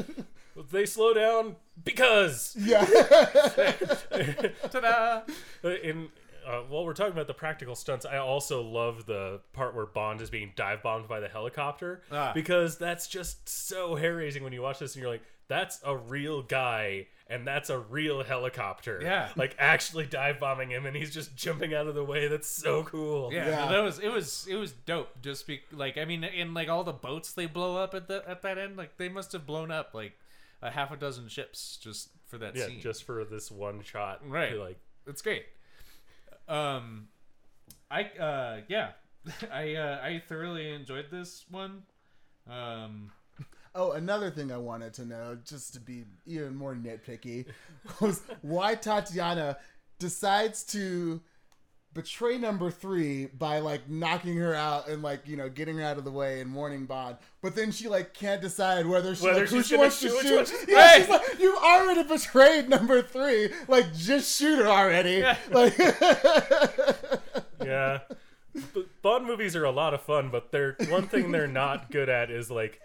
Speaker 3: They slow down because
Speaker 2: know? yeah.
Speaker 1: Ta-da!
Speaker 3: Uh, in uh, while we're talking about the practical stunts, I also love the part where Bond is being dive bombed by the helicopter
Speaker 1: Ah.
Speaker 3: because that's just so hair raising when you watch this and you're like, that's a real guy and that's a real helicopter.
Speaker 1: Yeah.
Speaker 3: like actually dive bombing him and he's just jumping out of the way. That's so cool.
Speaker 1: Yeah,
Speaker 2: Yeah.
Speaker 1: No, that was it was it was dope. Just be like I mean, in like all the boats they blow up at the at that end, like they must have blown up like a half a dozen ships just for that
Speaker 3: yeah,
Speaker 1: scene.
Speaker 3: just for this one shot.
Speaker 1: Right.
Speaker 3: You're Like
Speaker 1: it's great. Um, I uh yeah, I uh, I thoroughly enjoyed this one. Um,
Speaker 2: Oh, another thing I wanted to know, just to be even more nitpicky, was why Tatiana decides to betray number three by like knocking her out and like you know getting her out of the way and warning Bond, but then she like can't decide whether she
Speaker 3: Whether
Speaker 2: like, who
Speaker 3: she's
Speaker 2: she
Speaker 3: gonna
Speaker 2: wants to
Speaker 3: shoot, which
Speaker 2: shoot.
Speaker 3: one she's-
Speaker 2: Yeah,
Speaker 1: Right.
Speaker 2: she's like, you've already betrayed number three. Like, just shoot her already. Like,
Speaker 3: yeah. B- Bond movies are a lot of fun, but they're one thing they're not good at is like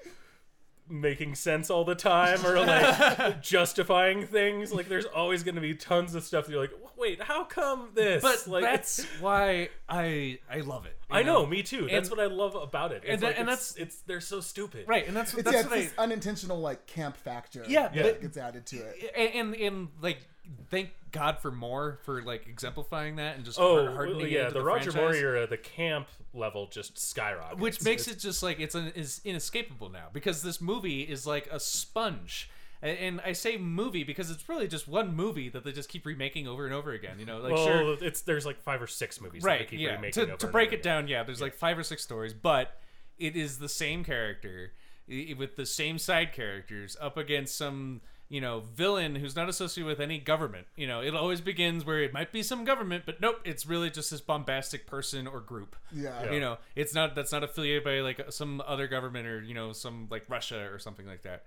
Speaker 3: making sense all the time or like justifying things. Like there's always going to be tons of stuff that you're like, wait, how come this?
Speaker 1: but
Speaker 3: like
Speaker 1: that's why I I love it. you
Speaker 3: I know, me too. that's
Speaker 1: And-
Speaker 3: what I love about it. It's
Speaker 1: and that-
Speaker 3: like,
Speaker 1: and
Speaker 3: it's- it's they're so stupid.
Speaker 1: right? And that's
Speaker 2: it's,
Speaker 1: that's
Speaker 2: yeah, it's
Speaker 1: what I
Speaker 2: this unintentional like camp factor.
Speaker 1: Yeah,
Speaker 2: that
Speaker 1: but-
Speaker 2: gets added to it.
Speaker 1: and, and and like thank God for more for like exemplifying that and just
Speaker 3: Oh,
Speaker 1: hardening it
Speaker 3: yeah,
Speaker 1: into
Speaker 3: the, Roger
Speaker 1: franchise.
Speaker 3: Moore era, the camp level just skyrockets.
Speaker 1: which makes it just like it's an, is inescapable now because this movie is like a sponge A- and i say movie because it's really just one movie that they just keep remaking over and over again you know like
Speaker 3: well,
Speaker 1: sure
Speaker 3: it's there's like five or six movies that
Speaker 1: right
Speaker 3: they keep
Speaker 1: yeah
Speaker 3: remaking.
Speaker 1: to,
Speaker 3: over
Speaker 1: to
Speaker 3: and
Speaker 1: break
Speaker 3: over
Speaker 1: it down yeah there's like five or six stories but it is the same character i- with the same side characters up against some you know villain who's not associated with any government you know it always begins where it might be some government but nope it's really just this bombastic person or group
Speaker 2: Yeah.
Speaker 1: you know it's not that's not affiliated by like some other government or you know some like russia or something like that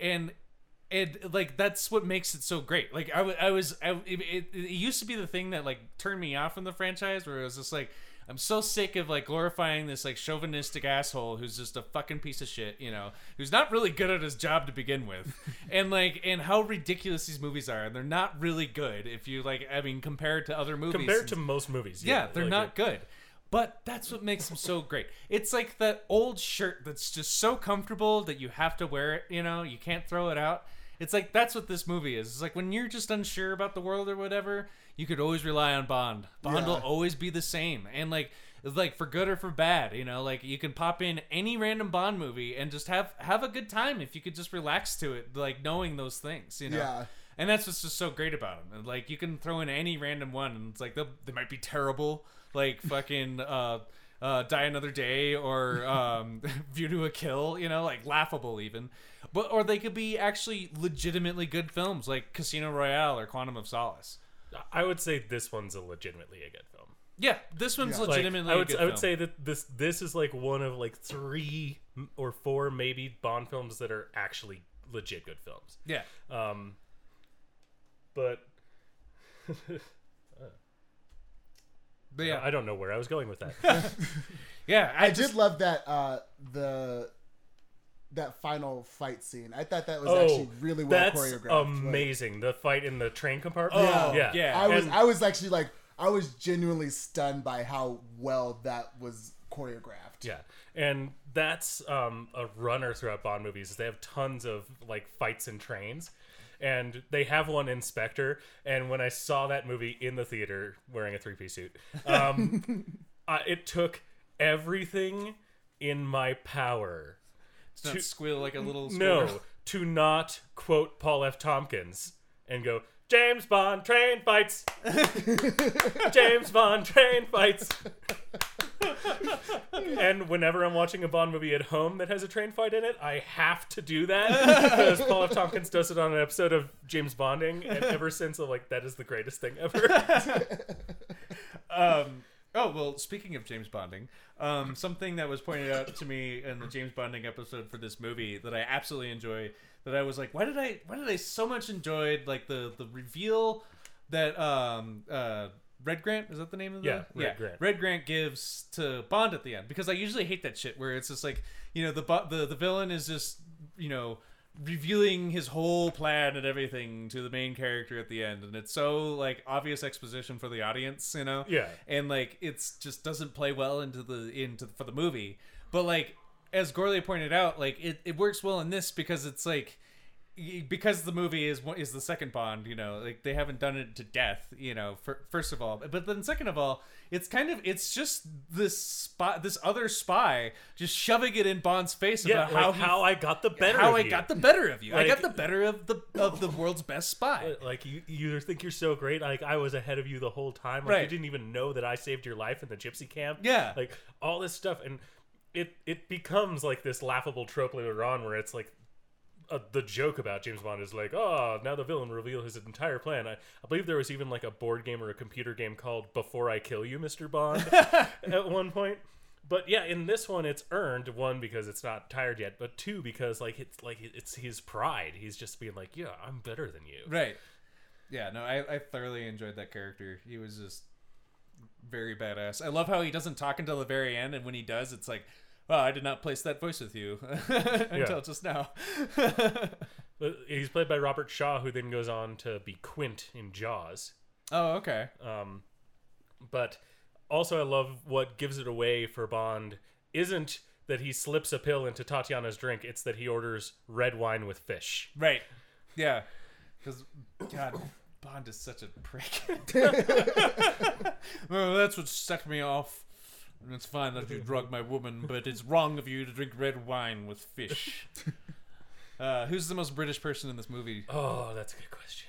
Speaker 1: and and like that's what makes it so great like i, wa- I was I, it, it it used to be the thing that like turned me off from the franchise where it was just like i'm so sick of like glorifying this like chauvinistic asshole who's just a fucking piece of shit you know who's not really good at his job to begin with and like and how ridiculous these movies are and they're not really good if you like i mean compared to other movies
Speaker 3: Compared to most movies,
Speaker 1: yeah, they're
Speaker 3: like,
Speaker 1: not good. But that's what makes them so great. It's like that old shirt that's just so comfortable that you have to wear it, you know, you can't throw it out. It's like that's what this movie is. It's like when you're just unsure about the world or whatever, you could always rely on Bond. Bond will
Speaker 2: Yeah.
Speaker 1: always be the same. And like like for good or for bad, you know, like you can pop in any random Bond movie and just have have a good time if you could just relax to it, like knowing those things, you know.
Speaker 2: Yeah.
Speaker 1: And that's what's just so great about them. And like you can throw in any random one, and it's like they'll- they might be terrible, like fucking uh, uh, Die Another Day or um, View to a Kill, you know, like laughable even. But or they could be actually legitimately good films, like Casino Royale or Quantum of Solace.
Speaker 3: I would say this one's a legitimately a good film.
Speaker 1: Yeah, this one's
Speaker 2: Yeah.
Speaker 3: Like,
Speaker 1: legitimately.
Speaker 3: I
Speaker 1: a
Speaker 3: would
Speaker 1: good
Speaker 3: I would
Speaker 1: film.
Speaker 3: say that this this is like one of like three m- or four maybe Bond films that are actually legit good films.
Speaker 1: yeah.
Speaker 3: Um, but
Speaker 1: But yeah,
Speaker 3: I don't know where I was going with that.
Speaker 1: yeah, I,
Speaker 2: I did love that uh the that final fight scene. I thought that
Speaker 1: Oh,
Speaker 2: was actually really well
Speaker 3: Oh, that's
Speaker 2: choreographed. like-
Speaker 3: amazing. The fight in the train compartment.
Speaker 2: Yeah.
Speaker 3: yeah,
Speaker 1: Oh, Yeah.
Speaker 2: I was
Speaker 3: And-
Speaker 2: I was actually like I was genuinely stunned by how well that was choreographed.
Speaker 3: Yeah, and that's um, a runner throughout Bond movies. Is they have tons of like fights in trains, and they have one Inspector. And when I saw that movie in the theater wearing a three piece suit, um, I, it took everything in my power
Speaker 1: It's not squeal like a little
Speaker 3: no
Speaker 1: squealer.
Speaker 3: to not quote Paul F. Tompkins and go. James Bond train fights. James Bond train fights. and whenever I'm watching a Bond movie at home that has a train fight in it, I have to do that because Paul F. Tompkins does it on an episode of James Bonding, and ever since I'm like, that is the greatest thing ever.
Speaker 1: Um, oh well, speaking of James Bonding, um, something that was pointed out to me in the James Bonding episode for this movie that I absolutely enjoy. That I was like, why did I? Why did I so much enjoyed like the the reveal that um uh. Red Grant is that the name of the
Speaker 3: Yeah, Red Grant.
Speaker 1: Red Grant gives to Bond at the end because I usually hate that shit where it's just like you know the bo- the the villain is just you know revealing his whole plan and everything to the main character at the end and it's so like obvious exposition for the audience you know
Speaker 3: Yeah.
Speaker 1: and like it's just doesn't play well into the into for the movie but like as Gourlay pointed out like it, it works well in this because it's like y- because the movie is one- is the second bond you know like they haven't done it to death you know fir- first of all but then second of all it's kind of it's just this spot this other spy just shoving it in bond's face
Speaker 3: yeah,
Speaker 1: about
Speaker 3: how,
Speaker 1: how he
Speaker 3: how I got the better.
Speaker 1: how
Speaker 3: of
Speaker 1: I
Speaker 3: you.
Speaker 1: got the better of you. I
Speaker 3: Like-
Speaker 1: got the better of the of the world's best spy.
Speaker 3: like you, you think you're so great. Like I was ahead of you the whole time. Like you
Speaker 1: Right.
Speaker 3: didn't even know that I saved your life in the gypsy camp.
Speaker 1: Yeah.
Speaker 3: like all this stuff, and it it becomes like this laughable trope later on, where it's like uh, the joke about James Bond is like, oh, now the villain reveal his entire plan. I, I believe there was even like a board game or a computer game called Before I Kill You, Mr. Bond at one point. But yeah, in this one, it's earned one because it's not tired yet, but two because like it's like it's his pride. He's just being like, yeah, I'm better than you.
Speaker 1: Right. Yeah, no, I, I thoroughly enjoyed that character. He was just very badass. I love how he doesn't talk until the very end, and when he does, it's like, "Wow, I did not place that voice with you until just now."
Speaker 3: But he's played by Robert Shaw, who then goes on to be Quint in Jaws.
Speaker 1: oh, okay.
Speaker 3: Um, but also, I love what gives it away for Bond isn't that he slips a pill into Tatiana's drink; it's that he orders red wine with fish.
Speaker 1: Right. Yeah. Because God, Bond is such a prick. well, that's what sucked me off. And It's fine that you drug my woman, but it's wrong of you to drink red wine with fish. Uh, who's the most British person in this movie?
Speaker 3: Oh, that's a good question.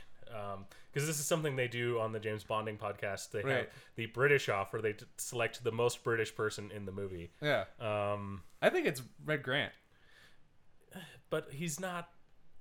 Speaker 3: Because this is something they do on the James Bonding podcast. They have
Speaker 1: Right.
Speaker 3: the British off, where they t- select the most British person in the movie.
Speaker 1: Yeah,
Speaker 3: Um,
Speaker 1: I think it's Red Grant.
Speaker 3: but he's not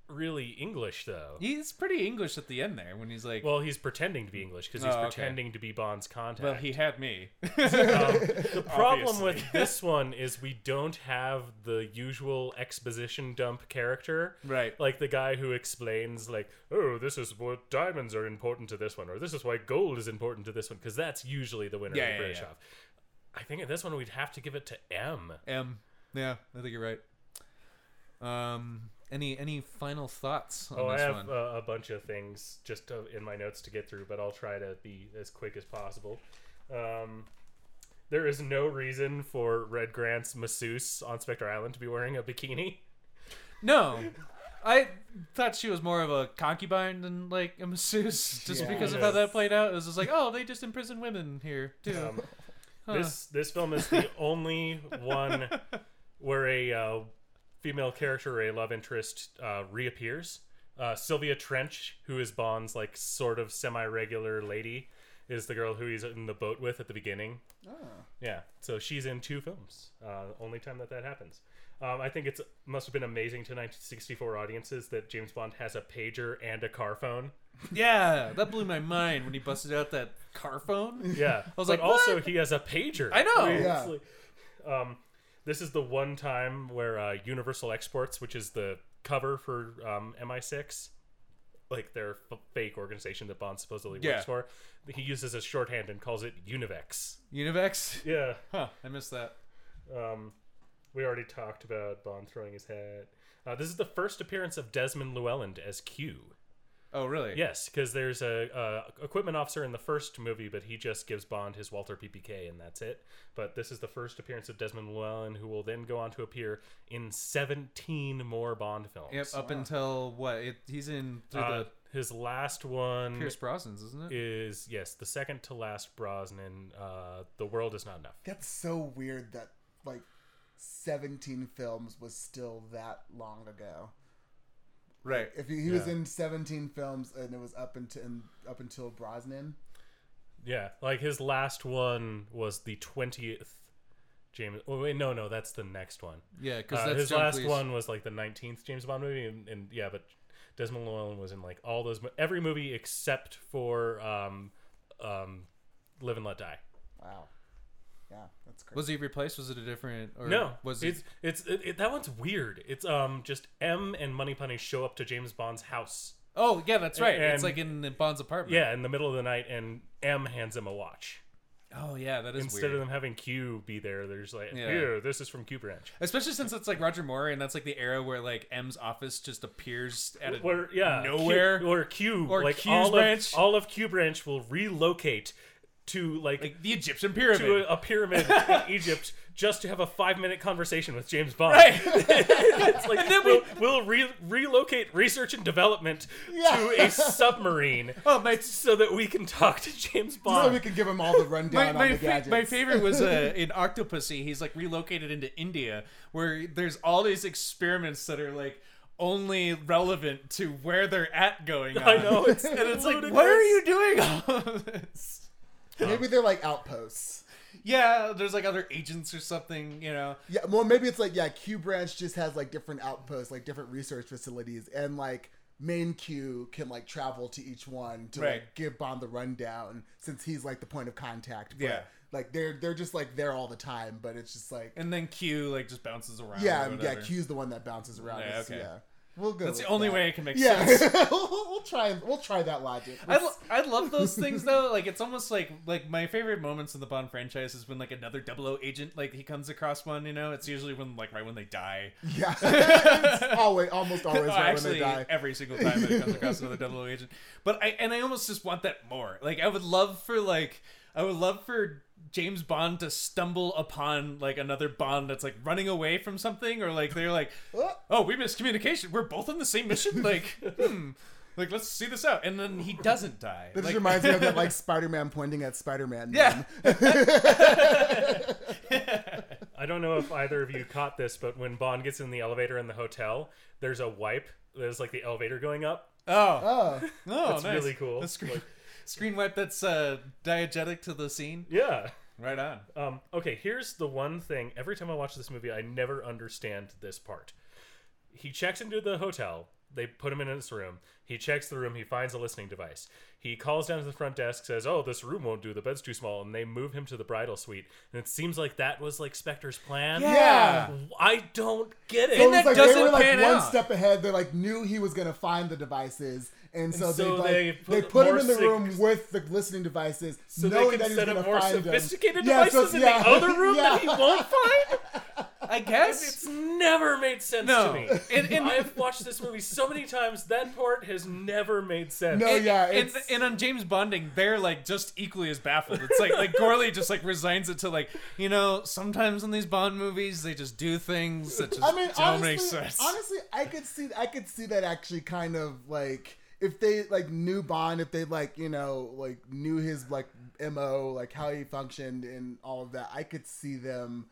Speaker 3: really English, though.
Speaker 1: He's pretty English at the end there when he's like, "Well,
Speaker 3: Well, he's pretending to be English because he's
Speaker 1: Oh, okay.
Speaker 3: pretending to be Bond's contact.
Speaker 1: he had me."
Speaker 3: the problem with this one is we don't have the usual exposition dump character.
Speaker 1: Right.
Speaker 3: Like the guy who explains, like, oh, this is what diamonds are important to this one, or this is why gold is important to this one, because that's usually the winner
Speaker 1: Yeah,
Speaker 3: of the
Speaker 1: yeah,
Speaker 3: British
Speaker 1: yeah.
Speaker 3: off. I think in this one we'd have to give it to M.
Speaker 1: M. Yeah, I think you're right. Um, any any final thoughts on
Speaker 3: Oh, I
Speaker 1: this
Speaker 3: have
Speaker 1: one?
Speaker 3: uh, a bunch of things just uh, in my notes to get through, but I'll try to be as quick as possible. Um, there is no reason for Red Grant's masseuse on Spectre Island to be wearing a bikini.
Speaker 1: No. I thought she was more of a concubine than like a masseuse, just
Speaker 2: Yeah.
Speaker 1: because of how that played out. It was just like, oh, they just imprison women here too.
Speaker 3: Um, This this film is the only one where a uh, female character or a love interest uh, reappears. Uh, Sylvia Trench, who is Bond's like sort of semi-regular lady, is the girl who he's in the boat with at the beginning. Yeah, so she's in two films. Uh, only time that that happens. Um, I think it's must have been amazing to 1964 audiences that James Bond has a pager and a car phone.
Speaker 1: Yeah, that blew my mind when he busted out that car phone.
Speaker 3: Yeah, I
Speaker 1: was like,
Speaker 3: also
Speaker 1: "What?"
Speaker 3: he has a pager.
Speaker 1: I know.
Speaker 3: mean, it's
Speaker 2: Yeah.
Speaker 3: like- um, this is the one time where uh, Universal Exports, which is the cover for um, MI6, like their f- fake organization that Bond supposedly
Speaker 1: Yeah.
Speaker 3: works for, he uses as shorthand and calls it Univex.
Speaker 1: Univex.
Speaker 3: Yeah.
Speaker 1: Huh, I missed that.
Speaker 3: Um, we already talked about Bond throwing his hat. Uh, this is the first appearance of Desmond Llewellyn as Q.
Speaker 1: Oh, really?
Speaker 3: Yes, because there's a, a equipment officer in the first movie, but he just gives Bond his Walter PPK and that's it. But this is the first appearance of Desmond Llewellyn, who will then go on to appear in 17 more Bond films.
Speaker 1: Yep. Up until what? It, he's in through
Speaker 3: Uh,
Speaker 1: the
Speaker 3: his last one
Speaker 1: Pierce Brosnan's, isn't it?
Speaker 3: is yes, the second to last Brosnan. Uh, the world is not enough.
Speaker 2: That's so weird that like 17 films was still that long ago.
Speaker 1: Right.
Speaker 2: If he, he was
Speaker 3: Yeah.
Speaker 2: in 17 films and it was up until up until Brosnan,
Speaker 3: Yeah, like his last one was the 20th. James. Oh wait, no, no, that's the next one.
Speaker 1: Yeah, because
Speaker 3: Uh,
Speaker 1: that's
Speaker 3: his
Speaker 1: John
Speaker 3: last
Speaker 1: Cleese.
Speaker 3: one was like the 19th James Bond movie, and, and yeah, but Desmond Llewellyn was in like all those mo- every movie except for um, um, Live and Let Die.
Speaker 2: wow, yeah, that's crazy.
Speaker 1: Was he replaced? Was it a different? Or
Speaker 3: No,
Speaker 1: Was it?
Speaker 3: it's it's it, it- that one's weird. It's um just M and Money Penny show up to James Bond's house.
Speaker 1: Oh, yeah, that's right.
Speaker 3: and-
Speaker 1: it's like in the Bond's apartment.
Speaker 3: Yeah, in the middle of the night, and M hands him a watch.
Speaker 1: Oh, yeah, that is
Speaker 3: Instead
Speaker 1: weird.
Speaker 3: of them having Q be there, they're just like,
Speaker 1: Yeah.
Speaker 3: here, this is from Q Branch.
Speaker 1: Especially since it's like Roger Moore, and that's like the era where like M's office just appears out of
Speaker 3: Where, yeah, Q-
Speaker 1: nowhere.
Speaker 3: or Q,
Speaker 1: Or
Speaker 3: like
Speaker 1: Q's
Speaker 3: all
Speaker 1: branch.
Speaker 3: of all of Q Branch will relocate to like,
Speaker 1: like the Egyptian pyramid.
Speaker 3: to a, a pyramid in Egypt just to have a five minute conversation with James Bond. It's like we'll, we'll re- relocate research and development to a submarine
Speaker 1: oh, my
Speaker 3: so that we can talk to James
Speaker 2: so we
Speaker 3: Bond.
Speaker 2: could give him all the rundown
Speaker 1: my,
Speaker 2: on
Speaker 1: my,
Speaker 2: the
Speaker 1: fa-
Speaker 2: gadgets.
Speaker 1: my favorite was uh, in Octopussy. He's like relocated into India, where there's all these experiments that are like only relevant to where they're at going. On.
Speaker 3: I know it's
Speaker 1: and it's like,
Speaker 3: ludicrous.
Speaker 1: what are you doing? All this?
Speaker 2: Maybe they're like outposts.
Speaker 1: Yeah, there's like other agents or something. You know,
Speaker 2: Yeah, well, maybe it's like yeah, Q branch just has like different outposts, like different research facilities, and like main Q can like travel to each one to
Speaker 1: Right.
Speaker 2: like give Bond the rundown since he's like the point of contact. But,
Speaker 1: Yeah.
Speaker 2: like they're they're just like there all the time, but it's just like
Speaker 1: and then Q like just bounces around.
Speaker 2: yeah,
Speaker 1: or
Speaker 2: and yeah,
Speaker 1: whatever.
Speaker 2: Q's the one that bounces around.
Speaker 1: Yeah,
Speaker 2: Yeah,
Speaker 1: okay.
Speaker 2: yeah. we'll go.
Speaker 1: That's the
Speaker 2: with
Speaker 1: only
Speaker 2: that.
Speaker 1: way it can make
Speaker 2: Yeah,
Speaker 1: sense.
Speaker 2: we'll, we'll try we'll try that logic.
Speaker 1: I, lo- I love those things though. Like it's almost like like my favorite moments in the Bond franchise is when like another 00 agent like he comes across one. You know, it's usually when like right when they die.
Speaker 2: yeah, it's always almost always
Speaker 1: Oh,
Speaker 2: right
Speaker 1: actually,
Speaker 2: when they die.
Speaker 1: every single time that it comes across another 00 agent. But I and I almost just want that more. Like I would love for like I would love for James Bond to stumble upon like another Bond that's like running away from something or like they're like,
Speaker 2: Oh.
Speaker 1: oh, we missed communication. We're both on the same mission. Like, hmm. Like let's see this out, and then he doesn't die.
Speaker 2: This
Speaker 1: like,
Speaker 2: reminds me of that like Spider-Man pointing at Spider-Man.
Speaker 1: Yeah.
Speaker 3: I don't know if either of you caught this, but when Bond gets in the elevator in the hotel, there's a wipe. There's like the elevator going up.
Speaker 1: Oh,
Speaker 2: Oh.
Speaker 1: oh,
Speaker 3: That's
Speaker 1: nice.
Speaker 3: really cool.
Speaker 1: The screen, screen wipe that's uh, diegetic to the scene.
Speaker 3: Yeah.
Speaker 1: Right on.
Speaker 3: Um, okay, here's the one thing. Every time I watch this movie, I never understand this part. He checks into the hotel. They put him in his room. He checks the room. He finds a listening device. He calls down to the front desk, says, "Oh, this room won't do. The bed's too small." And they move him to the bridal suite. And it seems like that was like Spectre's plan.
Speaker 1: Yeah.
Speaker 3: I don't get it.
Speaker 2: So
Speaker 1: And
Speaker 2: it's
Speaker 1: that
Speaker 2: like
Speaker 1: doesn't
Speaker 2: they were like
Speaker 1: pan
Speaker 2: one
Speaker 1: out.
Speaker 2: step ahead. They like knew he was gonna find the devices, and so,
Speaker 3: so
Speaker 2: they like they
Speaker 3: they put
Speaker 2: put, him
Speaker 3: more
Speaker 2: in the
Speaker 3: sig-
Speaker 2: room with the listening devices,
Speaker 3: so
Speaker 2: knowing
Speaker 3: they
Speaker 2: that
Speaker 3: can
Speaker 2: he was
Speaker 3: set
Speaker 2: gonna
Speaker 3: up more
Speaker 2: find them.
Speaker 3: sophisticated
Speaker 2: Yeah, so it's-
Speaker 3: devices in
Speaker 2: yeah.
Speaker 3: the other room
Speaker 2: yeah.
Speaker 3: that he won't find.
Speaker 1: I
Speaker 3: It's
Speaker 1: guess.
Speaker 3: never made sense
Speaker 1: No.
Speaker 3: to me.
Speaker 1: And- and-
Speaker 3: I've watched this movie so many times. That part has never made sense.
Speaker 2: No, Oh, yeah,
Speaker 1: and,
Speaker 2: it's-
Speaker 1: and on James Bonding, they're like just equally as baffled. It's like like Gorley just like resigns it to like you know sometimes in these Bond movies they just do things that just
Speaker 2: I mean,
Speaker 1: don't make
Speaker 2: honestly,
Speaker 1: sense.
Speaker 2: honestly, I could see, I could see that actually kind of like if they like knew Bond, if they like you know like knew his like mo, like how he functioned and all of that, I could see them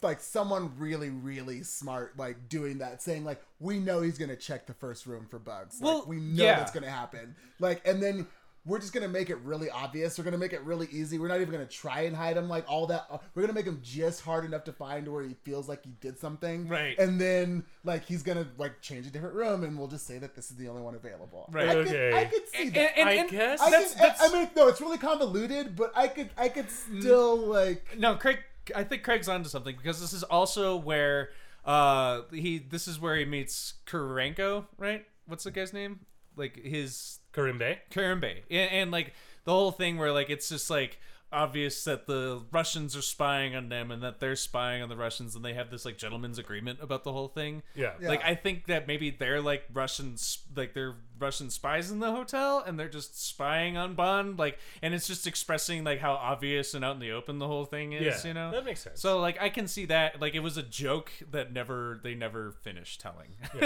Speaker 2: like someone really, really smart like doing that, saying like we know he's gonna check the first room for bugs,
Speaker 1: Well,
Speaker 2: like we know
Speaker 1: yeah.
Speaker 2: that's gonna happen, like and then. We're just gonna make it really obvious. We're gonna make it really easy. We're not even gonna try and hide him like all that. uh, We're gonna make him just hard enough to find where he feels like he did something,
Speaker 1: Right.
Speaker 2: and then like he's gonna like change a different room, and we'll just say that this is the only one available.
Speaker 1: Right.
Speaker 2: I
Speaker 3: Okay.
Speaker 2: Could, I could see
Speaker 1: and,
Speaker 2: that.
Speaker 1: and-
Speaker 3: I
Speaker 1: and
Speaker 3: guess
Speaker 2: I,
Speaker 1: that's,
Speaker 2: can,
Speaker 1: that's Mm.
Speaker 2: I mean, no, it's really convoluted, but I could, I could still like.
Speaker 1: no craig i think craig's onto something because this is also where uh he this is where he meets kurenko right what's the guy's name like his
Speaker 3: Karim Bey?
Speaker 1: kurenbe and, and like the whole thing where like it's just like obvious that the Russians are spying on them and that they're spying on the Russians and they have this like gentleman's agreement about the whole thing.
Speaker 3: Yeah.
Speaker 2: Yeah.
Speaker 1: Like I think that maybe they're like Russian, s- like they're Russian spies in the hotel, and they're just spying on Bond. Like, and it's just expressing like how obvious and out in the open the whole thing is.
Speaker 3: Yeah,
Speaker 1: you know,
Speaker 3: that makes sense.
Speaker 1: So like I can see that. Like it was a joke that never they never finished telling.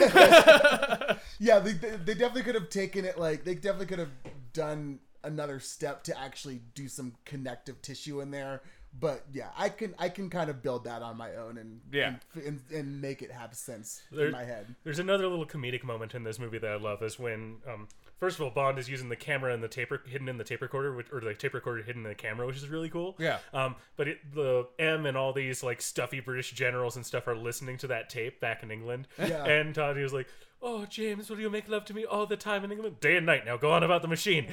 Speaker 2: Yeah, they, they they definitely could have taken it like they definitely could have done another step to actually do some connective tissue in there. But yeah, I can I can kind of build that on my own and
Speaker 1: Yeah.
Speaker 2: and, and, and make it have sense
Speaker 3: There-
Speaker 2: in my head.
Speaker 3: There's another little comedic moment in this movie that I love is when, um, first of all, Bond is using the camera and the tape rec- hidden in the tape recorder, which, or the tape recorder hidden in the camera, which is really cool.
Speaker 1: Yeah.
Speaker 3: Um, but it, the M and all these like stuffy British generals and stuff are listening to that tape back in England.
Speaker 2: Yeah.
Speaker 3: And Todd he was like, "Oh, James, will you make love to me all the time in England, day and night? Now go on about the machine."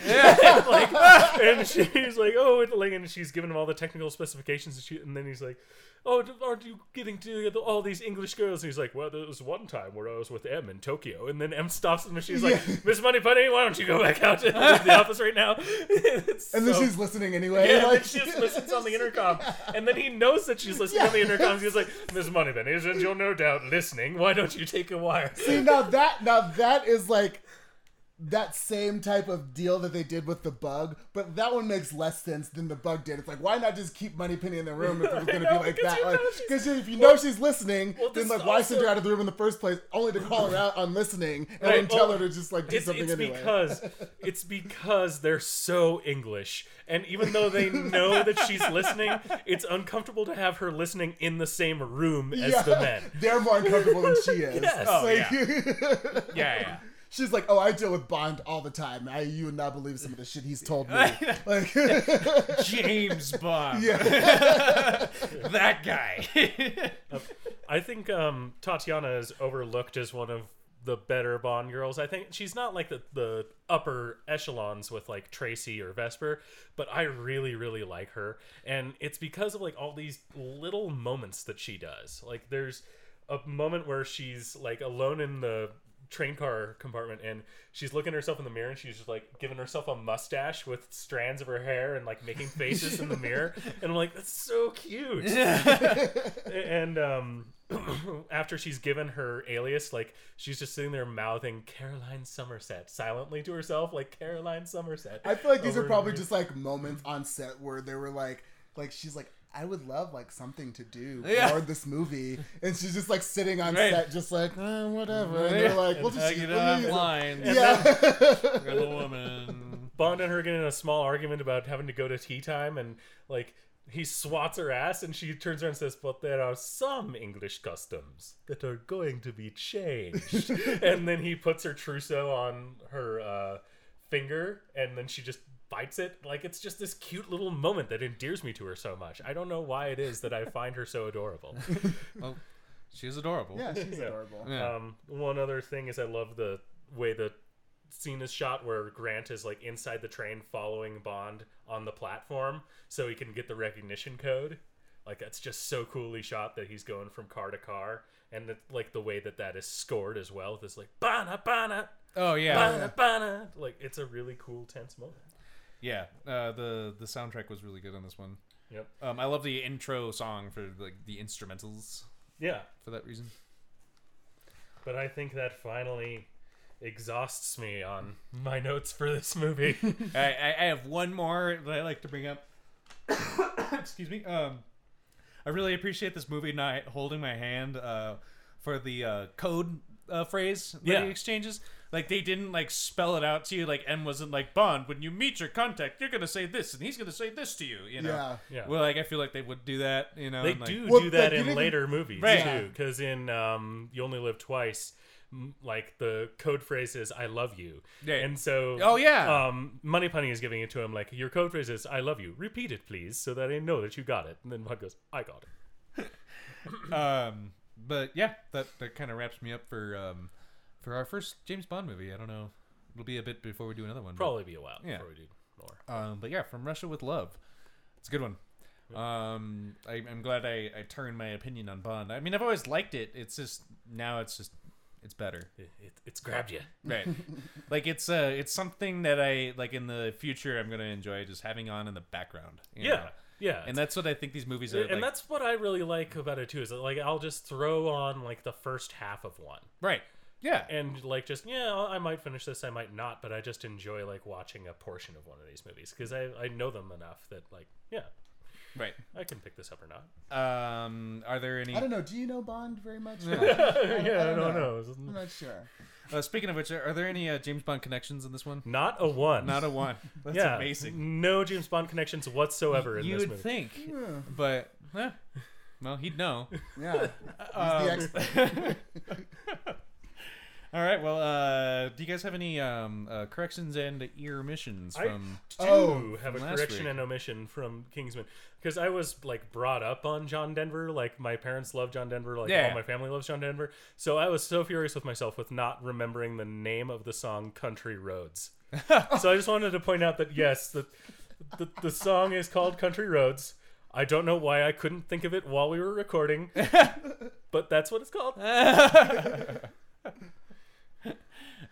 Speaker 3: and, like, and she's like, "Oh," and, like, and she's giving him all the technical specifications, and, she, and then he's like. Oh, d- aren't you getting to the- all these English girls? And he's like, Well, there was one time where I was with M in Tokyo. And then M stops him and she's
Speaker 2: Yeah.
Speaker 3: like, Miss Moneypenny, why don't you go back out to the office right now? It's
Speaker 2: And then
Speaker 3: so-
Speaker 2: she's listening anyway.
Speaker 3: yeah,
Speaker 2: like-
Speaker 3: and then she just listens on the intercom, and then he knows that she's listening on the intercom. He's like, "Miss Moneypenny, isn't you're no doubt listening? Why don't you take a wire?"
Speaker 2: See now that now that is like that same type of deal that they did with the bug, but that one makes less sense than the bug did. It's like why not just keep Money Penny in the room if it was going to be
Speaker 3: know,
Speaker 2: like
Speaker 3: because
Speaker 2: that?
Speaker 3: you
Speaker 2: Like
Speaker 3: know she's-
Speaker 2: because if you know she's listening,
Speaker 3: well,
Speaker 2: then
Speaker 3: this
Speaker 2: like
Speaker 3: is
Speaker 2: why send her
Speaker 3: also-
Speaker 2: out of the room in the first place, only to call her out on listening and
Speaker 3: Right,
Speaker 2: then tell
Speaker 3: well,
Speaker 2: her to just like do
Speaker 3: It's,
Speaker 2: something
Speaker 3: it's
Speaker 2: anyway.
Speaker 3: because it's because they're so English, and even though they know that she's listening, it's uncomfortable to have her listening in the same room as
Speaker 2: Yeah,
Speaker 3: the men.
Speaker 2: they're more uncomfortable than she is.
Speaker 3: Yes.
Speaker 2: It's
Speaker 3: Oh,
Speaker 2: like-
Speaker 1: yeah, yeah.
Speaker 2: she's like, "Oh, I deal with Bond all the time. I, you would not believe some of the shit he's told me." Like,
Speaker 1: James Bond.
Speaker 2: yeah.
Speaker 1: That guy.
Speaker 3: I think um, Tatiana is overlooked as one of the better Bond girls. I think she's not like the, the upper echelons with like Tracy or Vesper, but I really, really like her. And it's because of like all these little moments that she does. Like there's a moment where she's like alone in the train car compartment and she's looking at herself in the mirror and she's just like giving herself a mustache with strands of her hair and like making faces in the mirror and I'm like that's so cute and um after she's given her alias like she's just sitting there mouthing caroline somerset silently to herself like caroline somerset
Speaker 2: I feel like these
Speaker 3: over
Speaker 2: are
Speaker 3: and
Speaker 2: probably
Speaker 3: over.
Speaker 2: just like moments on set where they were like, like she's like, I would love like something to do
Speaker 1: Yeah.
Speaker 2: for this movie, and she's just like sitting on
Speaker 1: Right.
Speaker 2: set, just like uh, whatever. And
Speaker 1: Yeah.
Speaker 2: they're like, we'll just
Speaker 1: Hug it
Speaker 2: we'll
Speaker 1: up,
Speaker 2: use it."
Speaker 1: lines.
Speaker 2: Yeah.
Speaker 1: Got a woman.
Speaker 3: bond and her get in a small argument about having to go to tea time and like he swats her ass and she turns around and says but there are some english customs that are going to be changed and then he puts her trousseau on her uh, finger and then she just bites it like it's just this cute little moment that endears me to her so much i don't know why it is that i find her so adorable
Speaker 1: Oh, she's adorable.
Speaker 2: yeah, she's
Speaker 3: Yeah.
Speaker 2: adorable.
Speaker 1: Yeah.
Speaker 3: um, one other thing is I love the way the scene is shot where Grant is like inside the train following Bond on the platform so he can get the recognition code. Like that's just so coolly shot that he's going from car to car and the, like the way that that is scored as well. This like bana bana
Speaker 1: oh yeah.
Speaker 3: bana bana like it's a really cool tense moment.
Speaker 1: Yeah. Uh, the the soundtrack was really good on this one.
Speaker 3: Yep.
Speaker 1: Um, I love the intro song for like the instrumentals
Speaker 3: Yeah.
Speaker 1: for that reason.
Speaker 3: But I think that finally exhausts me on my notes for this movie.
Speaker 1: I, I, I have one more that I like to bring up. Excuse me. Um, I really appreciate this movie not holding my hand uh, for the uh, code uh, phrase that
Speaker 3: Yeah.
Speaker 1: he exchanges. Like they didn't like spell it out to you. Like M wasn't like Bond. When you meet your contact, you're gonna say this, and he's gonna say this to you. You know.
Speaker 2: Yeah.
Speaker 3: Yeah.
Speaker 1: Well, like I feel like they would do that. You know.
Speaker 3: They
Speaker 1: and, like-
Speaker 3: do
Speaker 2: Well,
Speaker 3: do that
Speaker 2: like, you
Speaker 3: in
Speaker 2: didn't-
Speaker 3: later movies
Speaker 1: Right.
Speaker 3: too, because in um, "You Only Live Twice," m- like the code phrase is "I love you,"
Speaker 1: Yeah.
Speaker 3: and so
Speaker 1: Oh, yeah.
Speaker 3: um, Money Penny is giving it to him like your code phrase is "I love you." Repeat it, please, so that I know that you got it. And then Bud goes, "I got it."
Speaker 1: Um, but yeah, that that kind of wraps me up for um, for our first James Bond movie. I don't know. It'll be a bit before we do another one. but-
Speaker 3: Probably be a while
Speaker 1: Yeah.
Speaker 3: before we do more.
Speaker 1: Um, but yeah, from Russia with love. It's a good one. Um, I, I'm glad I, I turned my opinion on Bond. I mean, I've always liked it. It's just now it's just It's better.
Speaker 3: It, it, it's grabbed you.
Speaker 1: Right. like it's uh it's something that I like in the future I'm gonna enjoy just having on in the background. you
Speaker 3: Yeah.
Speaker 1: know?
Speaker 3: Yeah.
Speaker 1: And that's what I think these movies are.
Speaker 3: and
Speaker 1: like-
Speaker 3: that's what I really like about it too. Is that, like I'll just throw on like the first half of one,
Speaker 1: right. Yeah.
Speaker 3: and like just yeah, I might finish this, I might not, but I just enjoy like watching a portion of one of these movies because I I know them enough that like yeah,
Speaker 1: right.
Speaker 3: I can pick this up or not.
Speaker 1: Um are there any
Speaker 2: I don't know. Do you know Bond very much? I'm
Speaker 3: yeah,
Speaker 2: I don't know.
Speaker 3: know.
Speaker 2: not sure.
Speaker 1: uh, speaking of which are there any uh, James Bond connections in this one?
Speaker 3: Not a one.
Speaker 1: Not a one. That's
Speaker 3: yeah,
Speaker 1: amazing.
Speaker 3: No James Bond connections whatsoever in
Speaker 1: you
Speaker 3: this
Speaker 1: would
Speaker 3: movie.
Speaker 1: think.
Speaker 2: Yeah.
Speaker 1: But eh, well, he'd know.
Speaker 2: Hmm. Yeah.
Speaker 1: Um,
Speaker 2: He's the expert.
Speaker 1: All right. Well, uh, do you guys have any um, uh, corrections and ear missions
Speaker 3: I
Speaker 1: from?
Speaker 3: do
Speaker 2: Oh,
Speaker 3: have a
Speaker 1: from last
Speaker 3: correction
Speaker 1: week.
Speaker 3: and omission from Kingsman because I was like brought up on John Denver. Like my parents love John Denver. Like
Speaker 1: Yeah.
Speaker 3: all my family loves John Denver. So I was so furious with myself with not remembering the name of the song "Country Roads." so I just wanted to point out that yes, the, the the song is called "Country Roads." I don't know why I couldn't think of it while we were recording, but that's what it's called.
Speaker 1: Uh,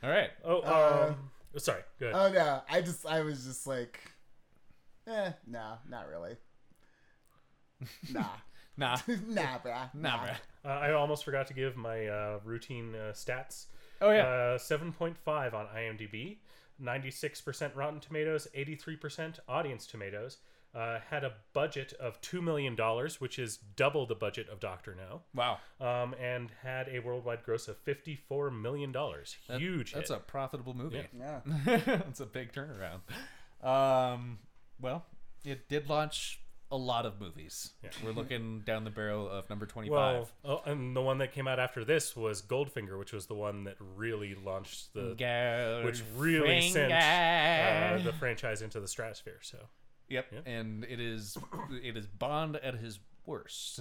Speaker 1: All right.
Speaker 3: Oh, um, sorry. Go ahead.
Speaker 2: Oh no, I just I was just like, eh, nah, not really. Nah,
Speaker 1: Nah.
Speaker 2: nah, bruh.
Speaker 1: Nah, bruh.
Speaker 3: Uh, I almost forgot to give my uh, routine uh, stats.
Speaker 1: Oh yeah.
Speaker 3: Uh, 7.5 on IMDb, 96% Rotten Tomatoes, 83% Audience Tomatoes. Uh, had a budget of $2 million, which is double the budget of Dr. No,
Speaker 1: wow.
Speaker 3: um, and had a worldwide gross of $54 million. Huge.
Speaker 1: That's
Speaker 3: hit.
Speaker 1: a profitable movie.
Speaker 2: Yeah.
Speaker 1: That's a big turnaround. Um, well, it did launch a lot of movies.
Speaker 3: Yeah. Mm-hmm.
Speaker 1: We're looking down the barrel of number twenty-five.
Speaker 3: Well, oh, and the one that came out after this was Goldfinger, which was the one that really launched the which really sent uh, the franchise into the stratosphere. So
Speaker 1: Yep.
Speaker 3: Yeah.
Speaker 1: And it is it is Bond at his worst.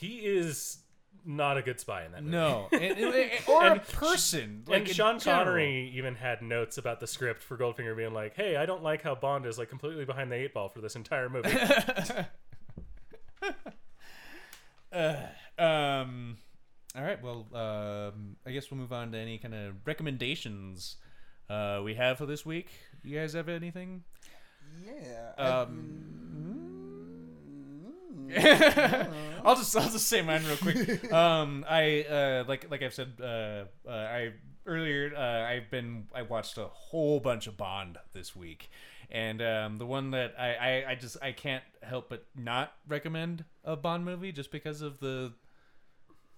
Speaker 3: he is not a good spy in that movie.
Speaker 1: no, and, and- and- or a
Speaker 3: And-
Speaker 1: person like
Speaker 3: and
Speaker 1: in
Speaker 3: Sean
Speaker 1: general.
Speaker 3: Connery even had notes about the script for Goldfinger being like, "Hey, I don't like how Bond is like completely behind the eight ball for this entire movie."
Speaker 1: Um, all right. Well, um, I guess we'll move on to any kind of recommendations uh, we have for this week. You guys have anything?
Speaker 2: Yeah.
Speaker 1: Um, I'll just I'll just say mine real quick. Um, I uh, like like I've said uh, uh, I earlier uh, I've been I watched a whole bunch of Bond this week, and um, the one that I, I I just I can't help but not recommend a Bond movie just because of the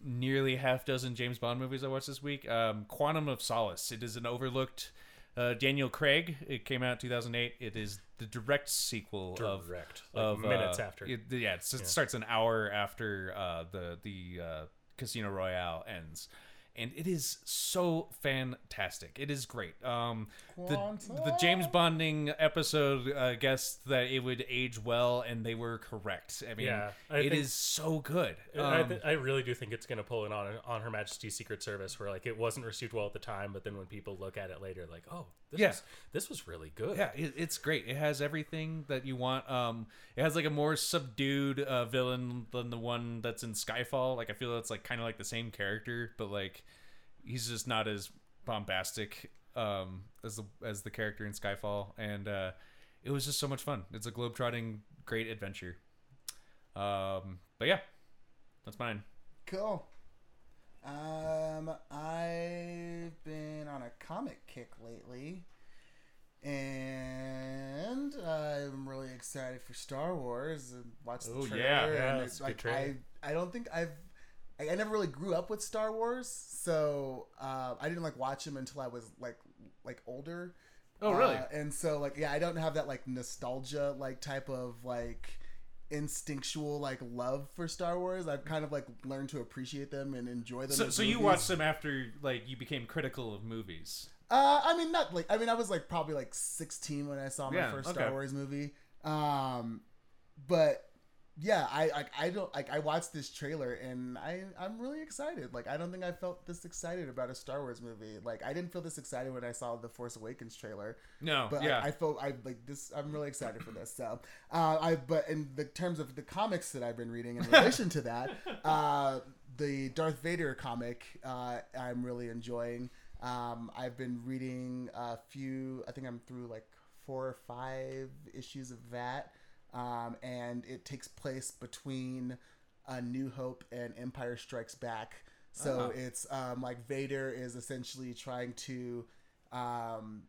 Speaker 1: nearly half dozen James Bond movies I watched this week. Um, Quantum of Solace. It is an overlooked uh, Daniel Craig. It came out in 2008. It is the direct sequel of
Speaker 3: Direct, like
Speaker 1: of
Speaker 3: minutes
Speaker 1: uh,
Speaker 3: after.
Speaker 1: It, yeah, it s- starts an hour after uh, the the uh, Casino Royale ends. And it is so fantastic. It is great. Um, the, the James Bonding episode uh, guessed that it would age well, and they were correct. I mean,
Speaker 3: Yeah, I
Speaker 1: it
Speaker 3: think-
Speaker 1: is so good.
Speaker 3: I,
Speaker 1: Um,
Speaker 3: th- I really do think it's going to pull in on on Her Majesty's Secret Service, where like it wasn't received well at the time, but then when people look at it later, like, "Oh, this
Speaker 1: Yeah.
Speaker 3: was this was really good."
Speaker 1: Yeah, it, it's great. It has everything that you want. Um, it has like a more subdued uh, villain than the one that's in Skyfall. Like I feel that's like kind of like the same character, but like he's just not as bombastic um, as the as the character in Skyfall. And uh, it was just so much fun. It's a globetrotting great adventure. Um, but yeah, that's mine.
Speaker 2: Cool. Um, I've been on a comic kick lately, and I'm really excited for Star Wars. I Watched the
Speaker 1: Oh, yeah.
Speaker 2: trailer.
Speaker 1: Yeah,
Speaker 2: and
Speaker 3: it's a good
Speaker 2: like, I
Speaker 3: trailer.
Speaker 2: I don't think I've I, I never really grew up with Star Wars, so uh, I didn't like watch them until I was like like older.
Speaker 1: Oh, really?
Speaker 2: Uh, and so like yeah, I don't have that like nostalgia like type of like instinctual like love for Star Wars. I've kind of like learned to appreciate them and enjoy them.
Speaker 1: So,
Speaker 2: as
Speaker 1: so you
Speaker 2: movies.
Speaker 1: watched them after like you became critical of movies.
Speaker 2: Uh, I mean, not like I mean, I was like probably like 16 when I saw my
Speaker 1: Yeah,
Speaker 2: first
Speaker 1: okay.
Speaker 2: Star Wars movie. Um, but yeah, I I, I don't like I watched this trailer and I I'm really excited. Like I don't think I felt this excited about a Star Wars movie. Like I didn't feel this excited when I saw the Force Awakens trailer.
Speaker 1: No,
Speaker 2: but
Speaker 1: yeah,
Speaker 2: I, I felt I like this. I'm really excited for this. So, uh, I but in the terms of the comics that I've been reading in relation to that, uh, the Darth Vader comic uh, I'm really enjoying. Um, I've been reading a few. I think I'm through like four or five issues of that, um, and it takes place between A New Hope and Empire Strikes Back. So
Speaker 1: Uh-huh.
Speaker 2: it's um, like Vader is essentially trying to um,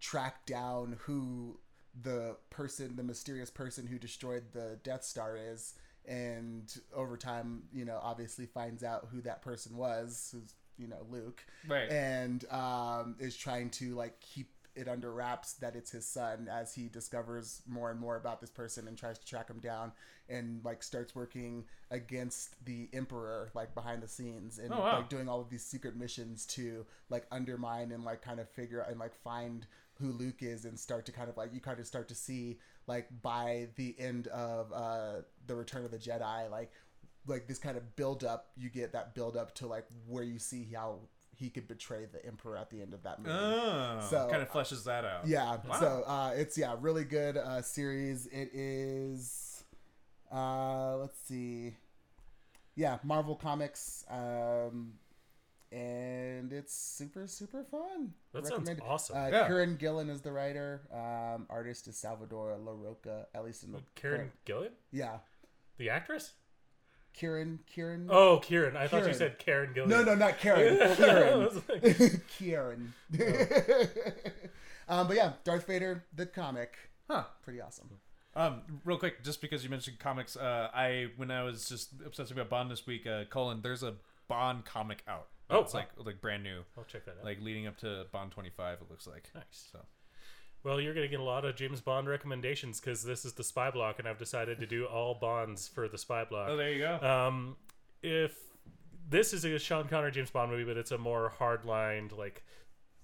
Speaker 2: track down who the person, the mysterious person who destroyed the Death Star is, and over time, you know, obviously finds out who that person was, who's you know Luke,
Speaker 1: Right.
Speaker 2: and um, is trying to like keep it under wraps that it's his son as he discovers more and more about this person and tries to track him down and like starts working against the emperor like behind the scenes and
Speaker 1: Oh, wow.
Speaker 2: like doing all of these secret missions to like undermine and like kind of figure out and like find who Luke is and start to kind of like you kind of start to see like by the end of uh the return of the Jedi like like this kind of build up you get that build up to like where you see how he could betray the emperor at the end of that movie.
Speaker 1: Oh,
Speaker 2: So-
Speaker 1: kind of fleshes that out.
Speaker 2: Yeah.
Speaker 1: Wow.
Speaker 2: So uh, it's yeah, really good uh, series. It is. Uh, let's see. Yeah, Marvel Comics, um, and it's super super fun.
Speaker 3: That sounds
Speaker 2: Recommended.
Speaker 3: awesome.
Speaker 2: Uh,
Speaker 1: Yeah.
Speaker 2: Karen Gillan is the writer. Um, artist is Salvador LaRocca, at least in the
Speaker 3: Karen
Speaker 2: current-
Speaker 3: Gillan,
Speaker 2: Yeah,
Speaker 3: the actress.
Speaker 2: Kieran. Kieran.
Speaker 3: Oh, Kieran. I thought you
Speaker 2: Mm-hmm. Kieran.
Speaker 3: said Karen Gillan.
Speaker 2: No, no, not Karen.
Speaker 3: I
Speaker 2: Kieran.
Speaker 3: was Oh. like,
Speaker 2: Kieran. um, but yeah, Darth Vader the comic,
Speaker 1: Huh.
Speaker 2: pretty awesome.
Speaker 1: Um, real quick, just because you mentioned comics, uh, I when I was just obsessing about Bond this week, uh, Colin, there's a Bond comic out.
Speaker 3: Oh,
Speaker 1: it's like like brand new,
Speaker 3: I'll check that out.
Speaker 1: like leading up to Bond 25. It looks like.
Speaker 3: Nice.
Speaker 1: So
Speaker 3: Well, you're going to get a lot of James Bond recommendations because this is the spy block, and I've decided to do all Bonds for the spy
Speaker 1: oh,
Speaker 3: block.
Speaker 1: there you go.
Speaker 3: Um, if this is a Sean Connery James Bond movie, but it's a more hard-lined, like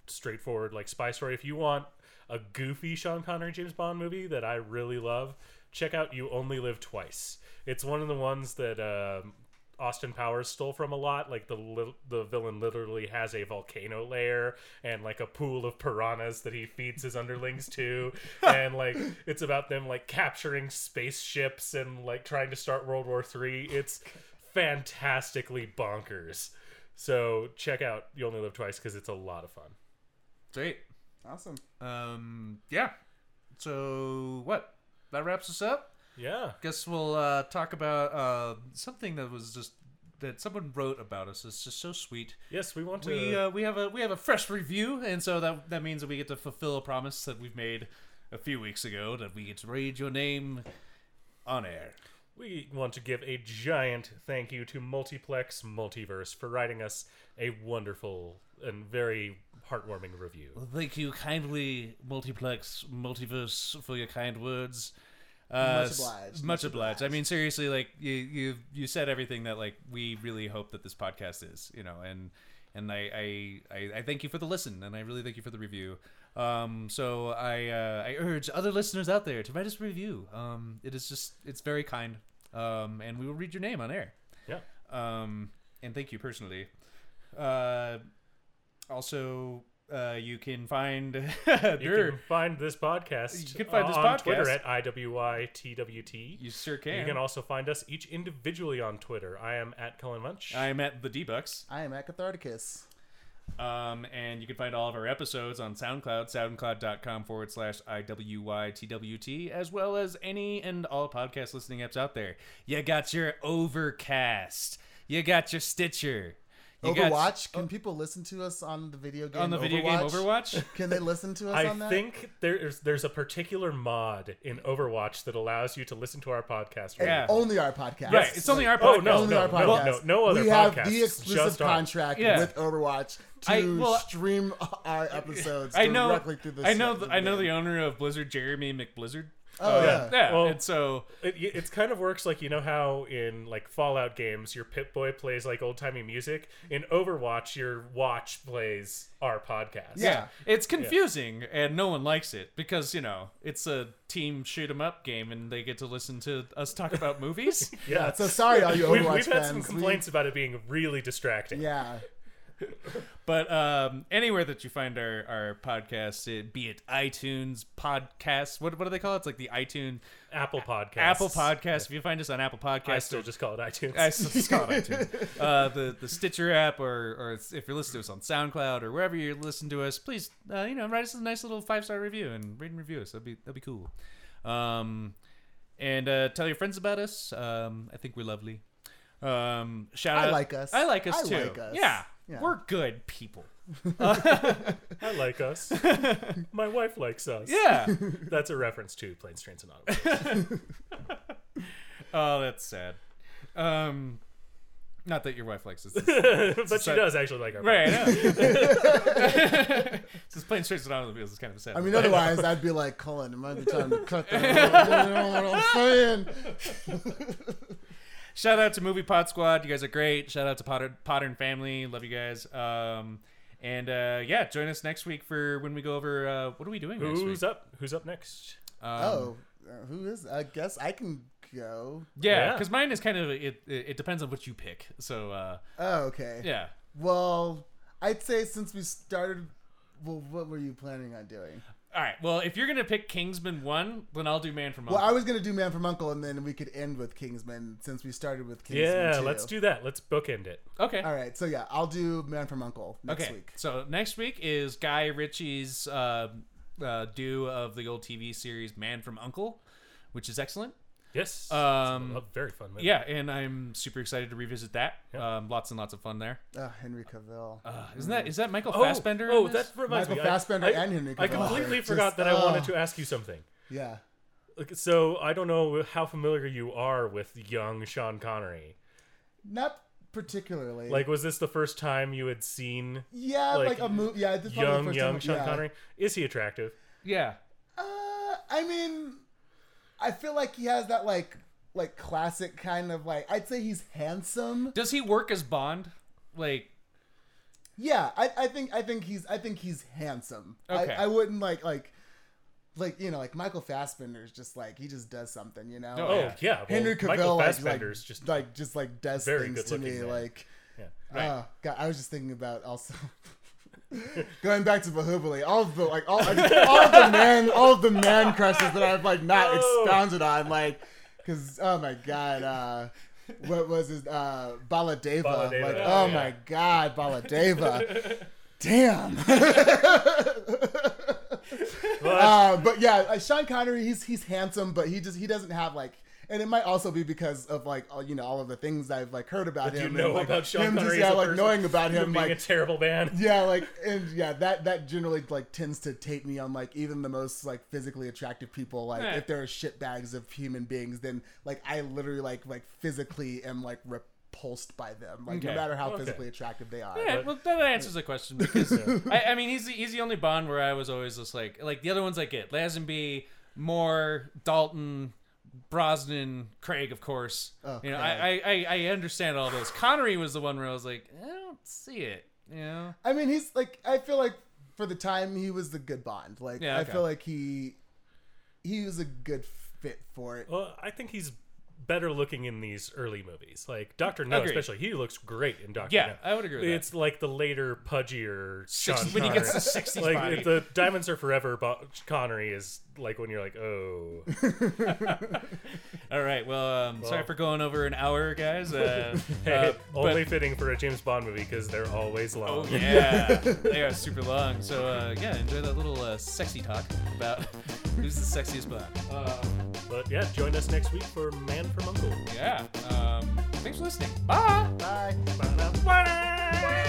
Speaker 3: straightforward, like spy story. If you want a goofy Sean Connery James Bond movie that I really love, check out You Only Live Twice. It's one of the ones that um, Austin Powers stole from a lot. Like the lit- the villain literally has a volcano lair and like a pool of piranhas that he feeds his underlings to, and like it's about them like capturing spaceships and like trying to start World War Three. It's fantastically bonkers. So check out You Only Live Twice because it's a lot of fun.
Speaker 1: Great.
Speaker 2: Awesome.
Speaker 1: Um, yeah. So what? That wraps us up.
Speaker 3: Yeah.
Speaker 1: Guess we'll uh, talk about uh, something that was just that someone wrote about us. It's just so sweet.
Speaker 3: Yes, we want to.
Speaker 1: We uh, we have a we have a fresh review, and so that that means that we get to fulfill a promise that we've made a few weeks ago that we get to read your name on air.
Speaker 3: We want to give a giant thank you to Multiplex Multiverse for writing us a wonderful and very heartwarming review.
Speaker 1: Thank you kindly, Multiplex Multiverse, for your kind words.
Speaker 2: Much
Speaker 1: Uh, s-
Speaker 2: obliged,
Speaker 1: Much,
Speaker 2: much
Speaker 1: obliged. I mean, seriously, like you, you, you said everything that like we really hope that this podcast is, you know, and and I, I, I, I thank you for the listen, and I really thank you for the review. Um, so I, uh, I urge other listeners out there to write us a review. Um, it is just, it's very kind, um, and we will read your name on air.
Speaker 3: Yeah.
Speaker 1: Um, and thank you personally. Uh, also, uh, you can find
Speaker 3: You
Speaker 1: Dur.
Speaker 3: can find this podcast.
Speaker 1: You can find this
Speaker 3: on Twitter
Speaker 1: podcast.
Speaker 3: at IWYTWT.
Speaker 1: You sure
Speaker 3: You
Speaker 1: can.
Speaker 3: can also find us each individually on Twitter. I am at Cullen Munch.
Speaker 1: I'm at the Debucks.
Speaker 2: I am at Catharticus.
Speaker 1: Um, and you can find all of our episodes on SoundCloud, soundcloud.com forward slash IWYTWT, as well as any and all podcast listening apps out there. You got your Overcast. You got your Stitcher. You got-
Speaker 2: Overwatch. Can people listen to us on the video game?
Speaker 1: on the video game Overwatch?
Speaker 2: Can they listen to us
Speaker 3: I
Speaker 2: on that?
Speaker 3: think there's there's a particular mod in Overwatch that allows you to listen to our podcast.
Speaker 1: Yeah.
Speaker 2: Only our podcast.
Speaker 1: Right, it's only our
Speaker 3: Oh,
Speaker 1: podcast.
Speaker 3: no,
Speaker 2: only our
Speaker 3: no,
Speaker 2: podcast.
Speaker 3: no, no other
Speaker 2: We have
Speaker 3: podcasts,
Speaker 2: the exclusive
Speaker 3: just ours.
Speaker 2: contract
Speaker 1: Yeah.
Speaker 2: with Overwatch to
Speaker 1: I- well,
Speaker 2: stream our episodes
Speaker 1: I know.
Speaker 2: directly through this.
Speaker 1: I know. The, I know the owner of Blizzard, Jeremy McBlizzard. Uh,
Speaker 2: Oh, yeah.
Speaker 1: yeah.
Speaker 3: Well-
Speaker 1: and so
Speaker 3: It, it's kind of works like you know how in like Fallout games your Pip Boy plays like old timey music. In Overwatch, your watch plays our
Speaker 1: yeah,
Speaker 3: podcast.
Speaker 2: Yeah.
Speaker 1: it's confusing and no one likes it because you know it's a team shoot 'em up game and they get to listen to us talk about movies.
Speaker 3: yeah.
Speaker 2: So sorry, all you
Speaker 3: we've,
Speaker 2: Overwatch
Speaker 3: we've had
Speaker 2: fans.
Speaker 3: some
Speaker 2: We-
Speaker 3: complaints about it being really distracting.
Speaker 2: yeah.
Speaker 1: But um, anywhere that you find our, our podcast, it, be it iTunes, podcasts, what, what do they call it? It's like the iTunes,
Speaker 3: Apple Podcasts.
Speaker 1: Apple Podcast. If you find us on Apple Podcasts,
Speaker 3: I still just call it iTunes.
Speaker 1: I still just call it iTunes. Uh, the the Stitcher app, or or it's- if you're listening to us on SoundCloud or wherever you listen to us, please uh, you know write us a nice little five star review and read and review us. That'd be that'd be cool. Um, and uh, tell your friends about us. Um, I think we're lovely. Um, shout
Speaker 2: I
Speaker 1: out.
Speaker 2: like us.
Speaker 1: I like us
Speaker 2: I
Speaker 1: too.
Speaker 2: like us.
Speaker 1: Yeah,
Speaker 2: Yeah.
Speaker 1: we're good people.
Speaker 3: I like us. My wife likes us.
Speaker 1: Yeah.
Speaker 3: That's a reference to Planes, Trains, and Automobiles.
Speaker 1: oh, that's sad. Um, not that your wife likes us.
Speaker 3: but she does actually like our
Speaker 1: Right,
Speaker 3: podcast.
Speaker 1: I know. Just playing straight to automobiles is kind of a sad.
Speaker 2: I mean, otherwise, I'd be like, Colin, it might be time to cut that. out. you know what I'm saying?
Speaker 1: Shout out to Movie Pod Squad. You guys are great. Shout out to Potter, Potter and family. Love you guys. Um, and uh, yeah, join us next week for when we go over uh, what are we doing next
Speaker 3: Who's
Speaker 1: week?
Speaker 3: up? Who's up next?
Speaker 1: Um,
Speaker 2: oh, uh, who is? I guess I can go.
Speaker 1: yeah,
Speaker 3: Yeah.
Speaker 1: because mine is kind of it, it. It depends on what you pick. So uh,
Speaker 2: Oh, okay.
Speaker 1: yeah,
Speaker 2: Well, I'd say since we started, well, what were you planning on doing?
Speaker 1: all right. Well, if you're gonna pick Kingsman one, then I'll do Man from
Speaker 2: Well,
Speaker 1: Uncle.
Speaker 2: I was gonna do Man from Uncle, and then we could end with Kingsman since we started with Kingsman.
Speaker 3: yeah,
Speaker 2: too.
Speaker 3: let's do that. Let's bookend it.
Speaker 1: okay.
Speaker 2: All right, so yeah, I'll do Man from Uncle next
Speaker 1: okay.
Speaker 2: week.
Speaker 1: So next week is Guy Ritchie's uh, uh, do of the old TV series Man from Uncle, which is excellent.
Speaker 3: Yes.
Speaker 1: Um,
Speaker 3: It's a very fun movie.
Speaker 1: Yeah, and I'm super excited to revisit that.
Speaker 3: Yeah.
Speaker 1: Um, lots and lots of fun there.
Speaker 2: Oh, Henry Cavill.
Speaker 1: Uh, isn't that is that Michael
Speaker 3: Oh,
Speaker 1: Fassbender?
Speaker 3: Oh,
Speaker 1: in this?
Speaker 3: that reminds me.
Speaker 2: Michael
Speaker 3: I-
Speaker 2: Fassbender
Speaker 3: I,
Speaker 2: and Henry
Speaker 3: I
Speaker 2: Cavill.
Speaker 3: completely
Speaker 2: Just-
Speaker 3: forgot that I
Speaker 2: oh.
Speaker 3: wanted to ask you something.
Speaker 2: yeah.
Speaker 3: Like, So I don't know how familiar you are with young Sean Connery.
Speaker 2: Not particularly.
Speaker 3: Like, was this the first time you had seen
Speaker 2: yeah, like,
Speaker 3: like,
Speaker 2: a movie. Yeah, this is probably the
Speaker 3: young,
Speaker 2: first
Speaker 3: young
Speaker 2: time-
Speaker 3: Sean
Speaker 2: yeah.
Speaker 3: Connery? Is he attractive?
Speaker 1: yeah.
Speaker 2: Uh, I mean, I feel like he has that like like classic kind of like. I'd say he's handsome.
Speaker 1: Does he work as Bond? Like,
Speaker 2: Yeah, I, I think I think he's I think he's handsome.
Speaker 1: Okay.
Speaker 2: I, I wouldn't like like like you know like Michael Fassbender is just like he just does something you know.
Speaker 1: Oh,
Speaker 3: Oh, yeah.
Speaker 1: yeah.
Speaker 3: well,
Speaker 2: Henry
Speaker 3: Michael
Speaker 2: Cavill like, like,
Speaker 3: Fassbender's just
Speaker 2: just like just like does
Speaker 3: very
Speaker 2: things to
Speaker 3: good-looking
Speaker 2: me
Speaker 3: man.
Speaker 2: like.
Speaker 3: yeah.
Speaker 1: Right.
Speaker 2: Oh God, I was just thinking about also going back to Bahubali. All of the like, all, all of the man, all of the man crushes that I've like not
Speaker 3: No.
Speaker 2: expounded on, like, because oh my God, uh, what was his uh, Baladeva?
Speaker 3: Baladeva,
Speaker 2: Like, oh
Speaker 3: yeah.
Speaker 2: my God, Baladeva. Damn.
Speaker 3: Well, that's-
Speaker 2: uh, but yeah, uh, Sean Connery, he's he's handsome, but he just he doesn't have like. And it might also be because of like all, you know all of the things I've like heard about
Speaker 3: That you
Speaker 2: him.
Speaker 3: know
Speaker 2: and, like,
Speaker 3: about Sean
Speaker 2: him just,
Speaker 3: Connery
Speaker 2: yeah,
Speaker 3: as a
Speaker 2: like
Speaker 3: person,
Speaker 2: knowing about
Speaker 3: him
Speaker 2: him,
Speaker 3: being
Speaker 2: like
Speaker 3: a terrible man.
Speaker 2: yeah like and yeah that that generally like tends to taint me on like even the most like physically attractive people like
Speaker 1: Yeah.
Speaker 2: if there are shit bags of human beings then like i literally like like physically am like repulsed by them like
Speaker 1: Okay.
Speaker 2: no matter how
Speaker 3: Okay.
Speaker 2: physically attractive they are
Speaker 1: yeah, well, that answers the question because I, I mean, he's the, he's the only Bond where I was always just like, like the other ones I get: Lazenby, Moore, Dalton, Brosnan, Craig, of course.
Speaker 2: Oh,
Speaker 1: you know, I, I I I understand all those. Connery was the one where I was like, I don't see it. You know,
Speaker 2: i mean he's like i feel like for the time he was the good bond like
Speaker 1: Yeah,
Speaker 2: i
Speaker 1: okay.
Speaker 2: feel like he he was a good fit for it
Speaker 3: Well, I think he's better looking in these early movies, like Doctor No,
Speaker 1: Agreed.
Speaker 3: especially. He looks great in Doctor
Speaker 1: Yeah,
Speaker 3: No.
Speaker 1: I would agree with that.
Speaker 3: It's like the later pudgier Sean
Speaker 1: when he gets
Speaker 3: Connery.
Speaker 1: to 60s
Speaker 3: like
Speaker 1: body.
Speaker 3: the Diamonds Are Forever bo- Connery is like when you're like, oh,
Speaker 1: all right. Well, um, sorry for going over an hour, guys. Uh,
Speaker 3: hey,
Speaker 1: uh, but-
Speaker 3: only fitting for a James Bond movie because they're always long.
Speaker 1: Oh yeah, they are super long. So uh, yeah, enjoy that little uh, sexy talk about who's the sexiest bond.
Speaker 3: But yeah, join us next week for Man from Uncle.
Speaker 1: Yeah. Um, thanks for listening. Bye.
Speaker 2: bye
Speaker 3: Ba-da-ba-da.